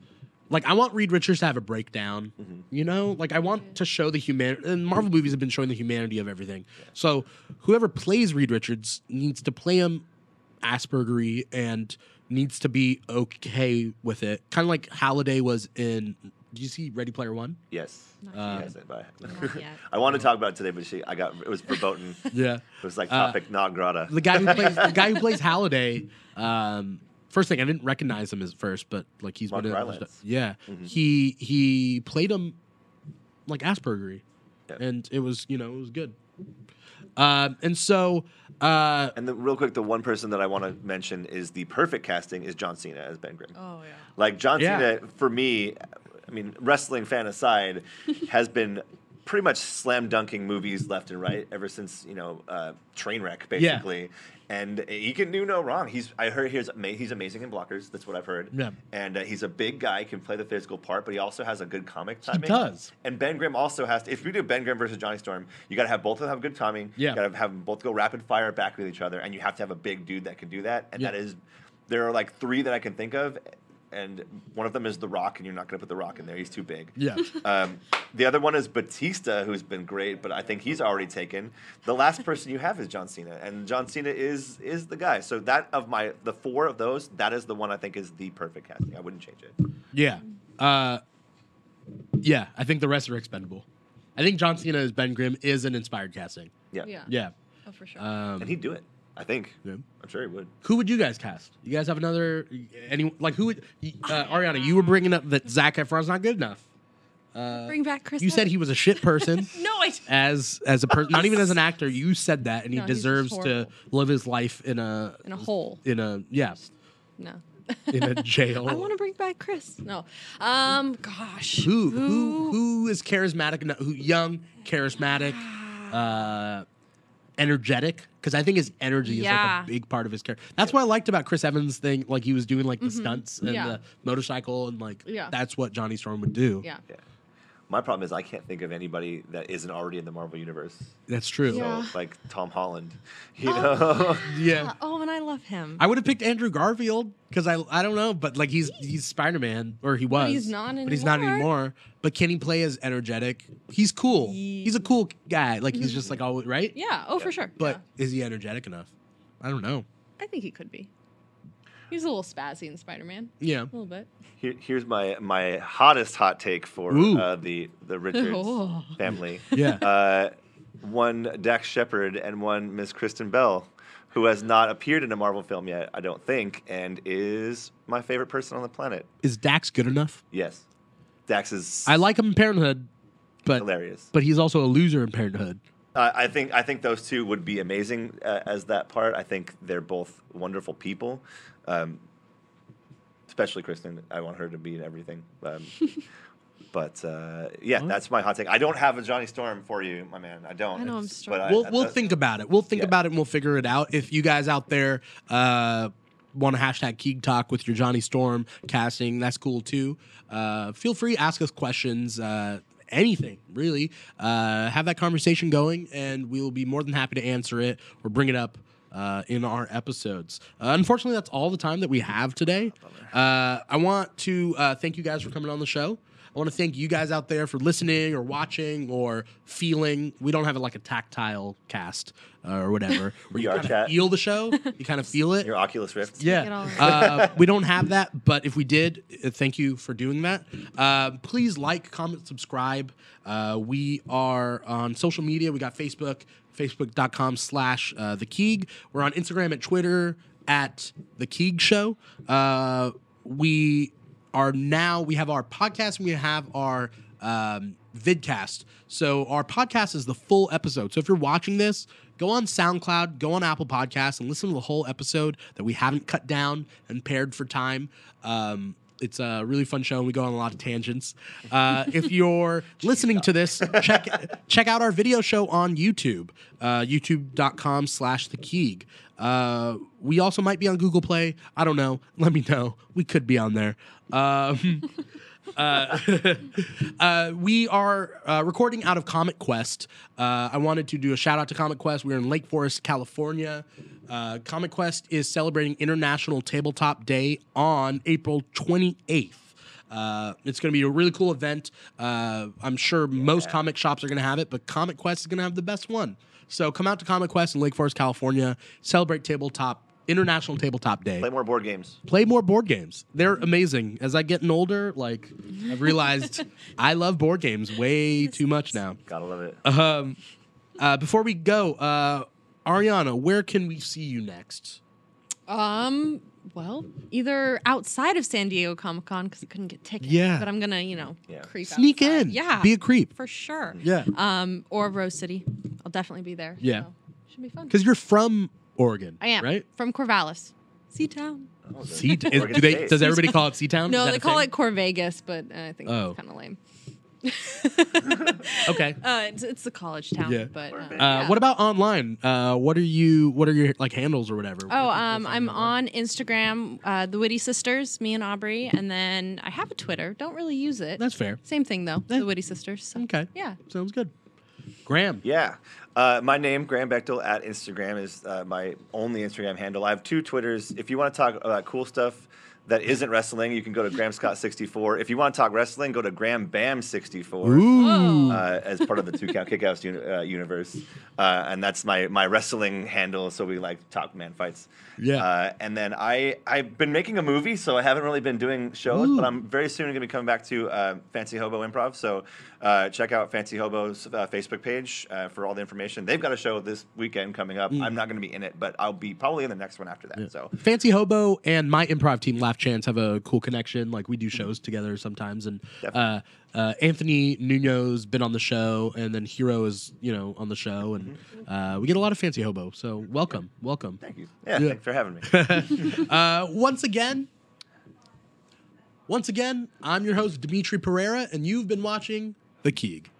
A: like I want Reed Richards to have a breakdown.
B: Mm-hmm.
A: You know, like I want to show the humanity. And Marvel movies have been showing the humanity of everything. So whoever plays Reed Richards needs to play him Aspergery and needs to be okay with it. Kind of like Halliday was in. Did you see Ready Player One?
B: Yes.
A: Uh,
B: She has it, but-
C: Not yet.
B: I want to talk about it today, but she, I got it was verboten. it
A: Yeah.
B: was like
A: Uh,
B: topic non grata.
A: the guy who plays the guy who plays Halliday. Um, first thing I didn't recognize him as first, but like he's
B: Mark
A: been in other
B: Rylance. Mm-hmm.
A: stuff. Yeah, he he played him like Aspergery,
B: Yeah.
A: and it was you know it was good. Um, and so uh,
B: And the, real quick, the one person that I want to mention is the perfect casting is John Cena as Ben Grimm.
C: Oh yeah.
B: Like John
A: Yeah.
B: Cena, for me, I mean, wrestling fan aside, has been pretty much slam dunking movies left and right ever since you know uh, Trainwreck,
A: Yeah.
B: basically. And he can do no wrong. He's I heard he's ama- he's amazing in blockers. That's what I've heard.
A: Yeah.
B: And uh, he's a big guy, can play the physical part, but he also has a good comic timing.
A: does.
B: And Ben Grimm also has. To, if we do Ben Grimm versus Johnny Storm, you got to have both of them have good timing.
A: Yeah.
B: You got to have them both go rapid fire back with each other, and you have to have a big dude that can do that. And
A: Yeah.
B: that is, there are like three that I can think of, and one of them is The Rock, and you're not going to put The Rock in there. He's too big.
A: yeah,
B: Um, the other one is Batista, who's been great, but I think he's already taken. The last person you have is John Cena, and John Cena is is the guy. So that of my the four of those, that is the one I think is the perfect casting. I wouldn't change it.
A: yeah, uh, yeah. I think the rest are expendable. I think John Cena as Ben Grimm is an inspired casting.
B: Yeah,
C: Yeah.
A: Yeah.
C: Oh, for sure.
A: Um,
B: and he'd do it. I think.
A: Yeah.
B: I'm sure he would.
A: Who would you guys cast? You guys have another any like who would uh, Ariana? You were bringing up that Zach Efron's not good enough.
C: Bring back Chris.
A: You said
C: Evans.
A: he was a shit person.
C: No, I.
A: As as a person, not even as an actor, you said that, and he
C: No, he's just
A: deserves to
C: horrible.
A: live his life in a
C: In a hole.
A: in a yeah,
C: No.
A: in a jail.
C: I want to bring back Chris. No. Um. Gosh.
A: who who who is charismatic enough? Who young, charismatic, uh, energetic? Because I think his energy is
C: Yeah.
A: like a big part of his character. That's what I liked about Chris Evans' thing. Like he was doing like the stunts and
C: Mm-hmm. Yeah.
A: the motorcycle, and like
C: Yeah.
A: that's what Johnny Storm would do.
C: Yeah.
B: Yeah. My problem is I can't think of anybody that isn't already in the Marvel universe.
A: that's true.
B: So
A: Yeah.
C: Yeah.
B: like Tom Holland, you know.
C: Oh, and I love him.
A: I would have picked Andrew Garfield because I I don't know, but like he's he's Spider Man or he was,
C: he's not
A: but he's not
C: anymore.
A: anymore. But can he play as energetic? He's cool.
C: Ye-
A: He's a cool guy. Like he's
C: Mm-hmm.
A: just like always right.
C: yeah. Oh, for sure.
A: But is he energetic enough? I don't know.
C: Yeah. I think he could be. He's a little spazzy in Spider-Man.
A: Yeah.
C: A little bit.
B: Here, here's my my hottest hot take for
A: Ooh.
B: uh, the the Richards
C: Oh.
B: family.
A: Yeah.
B: Uh, one Dax Shepard and one Miss Kristen Bell, who has not appeared in a Marvel film yet, I don't think, and is my favorite person on the planet.
A: Is Dax good enough?
B: Yes, Dax is
A: I like him in Parenthood, but
B: hilarious.
A: but he's also a loser in Parenthood.
B: Uh, I think I think those two would be amazing uh, as that part. I think they're both wonderful people, um, especially Kristen. I want her to be in everything. Um, but uh, yeah, that's my hot take. I don't have a Johnny Storm for you, my man. I don't.
C: I know, I'm
B: It's-
C: struggling.
B: but I-
A: We'll
B: I-
A: we'll
B: that's-
A: think about it. We'll think
B: Yeah.
A: about it and we'll figure it out. If you guys out there uh, want to hashtag Keeg Talk with your Johnny Storm casting, that's cool too. Uh, feel free ask us questions. Uh, Anything really, uh, have that conversation going, and we will be more than happy to answer it or bring it up uh, in our episodes. Uh, unfortunately, that's all the time that we have today. Uh, I want to uh, thank you guys for coming on the show. I want to thank you guys out there for listening or watching or feeling. We don't have like a tactile cast uh, or whatever where you
B: VR
A: kind of
B: chat.
A: feel the show, you kind of feel it.
B: Your Oculus Rift.
C: it
A: Yeah,
C: all in.
A: uh, we don't have that, but if we did, uh, thank you for doing that. Uh, please like, comment, subscribe. Uh, we are on social media. We got Facebook, facebook.com slash uh, The Keeg. We're on Instagram and Twitter at The Keeg Show. Uh, we are now, we have our podcast and we have our um, vidcast. So our podcast is the full episode. So if you're watching this, go on SoundCloud, go on Apple Podcasts, and listen to the whole episode that we haven't cut down and paired for time. Um, it's a really fun show, and we go on a lot of tangents. Uh, if you're listening to this, check check out our video show on YouTube, uh, youtube.com slash the Keeg. Uh, we also might be on Google Play. I don't know. Let me know. We could be on there. Um, uh, we are uh, recording out of Comic Quest. Uh, I wanted to do a shout out to Comic Quest. We're in Lake Forest, California. Uh, Comic Quest is celebrating International Tabletop Day on April 28th. Uh, it's going to be a really cool event. Uh, I'm sure most comic shops are going to have it, but Comic Quest is going to have the best one. So come out to Comic Quest in Lake Forest, California. Celebrate Tabletop International Tabletop Day
B: Play more board games.
A: play more board games. They're amazing. As I getting older, like I've realized I love board games way too much now.
B: Gotta love it.
A: Uh-huh. Uh, before we go, uh, Ariana, where can we see you next?
C: Um. Well, either outside of San Diego Comic Con because I couldn't get tickets.
A: Yeah.
C: But I'm gonna, you know,
B: Yeah.
C: creep
A: Sneak
C: outside.
A: in.
C: Yeah.
A: Be a creep.
C: for sure.
A: Yeah.
C: Um. Or Rose City. I'll definitely be there.
A: Yeah.
C: so should be fun.
A: Because you're from Oregon.
C: I am
A: Right?
C: from Corvallis, Sea Town.
B: Oh, the-
A: Sea do
B: Oregon
A: they,
B: State.
A: does everybody call it Sea Town?
C: No, they call it Corvegas, but uh, I think
A: Oh.
C: it's kind of lame.
A: Okay.
C: Uh, it's, it's a college town,
A: Yeah.
C: but uh,
B: Corvegas.
A: Uh,
C: yeah.
A: What about online? Uh, what are you? What are your like handles or whatever?
C: Oh, um, I'm on Instagram, uh, the Witty Sisters, me and Aubrey, and then I have a Twitter. Don't really use it.
A: That's fair.
C: Same thing though,
A: Yeah.
C: the Witty Sisters. so,
A: Okay.
C: Yeah.
A: Sounds good. Graham.
B: Yeah. Uh, my name, Graham Bechtel, at Instagram is uh, my only Instagram handle. I have two Twitters. If you want to talk about cool stuff, that isn't wrestling, you can go to Graham Scott 64. If you want to talk wrestling, go to Graham Bam 64
A: Ooh.
B: uh, as part of the Two Count Kickouts uni- uh, universe, uh, and that's my my wrestling handle. So we like talk man fights.
A: Yeah.
B: Uh, and then I I've been making a movie, so I haven't really been doing shows, but I'm very soon going to be coming back to uh, Fancy Hobo Improv. So uh, check out Fancy Hobo's uh, Facebook page uh, for all the information. They've got a show this weekend coming up. I'm not going to be in it, but I'll be probably in the next one after that. So
A: Fancy Hobo and my improv team, Laugh Chance, have a cool connection. Like we do shows together sometimes, and uh, uh, Anthony Nuno's been on the show, and then Hero is you know on the show, and uh, we get a lot of Fancy Hobo. So welcome, welcome.
B: thank you. Yeah,
A: Yeah.
B: thanks for having me.
A: Uh, once again, once again, I'm your host Dimitri Pereira, and you've been watching The Keeg.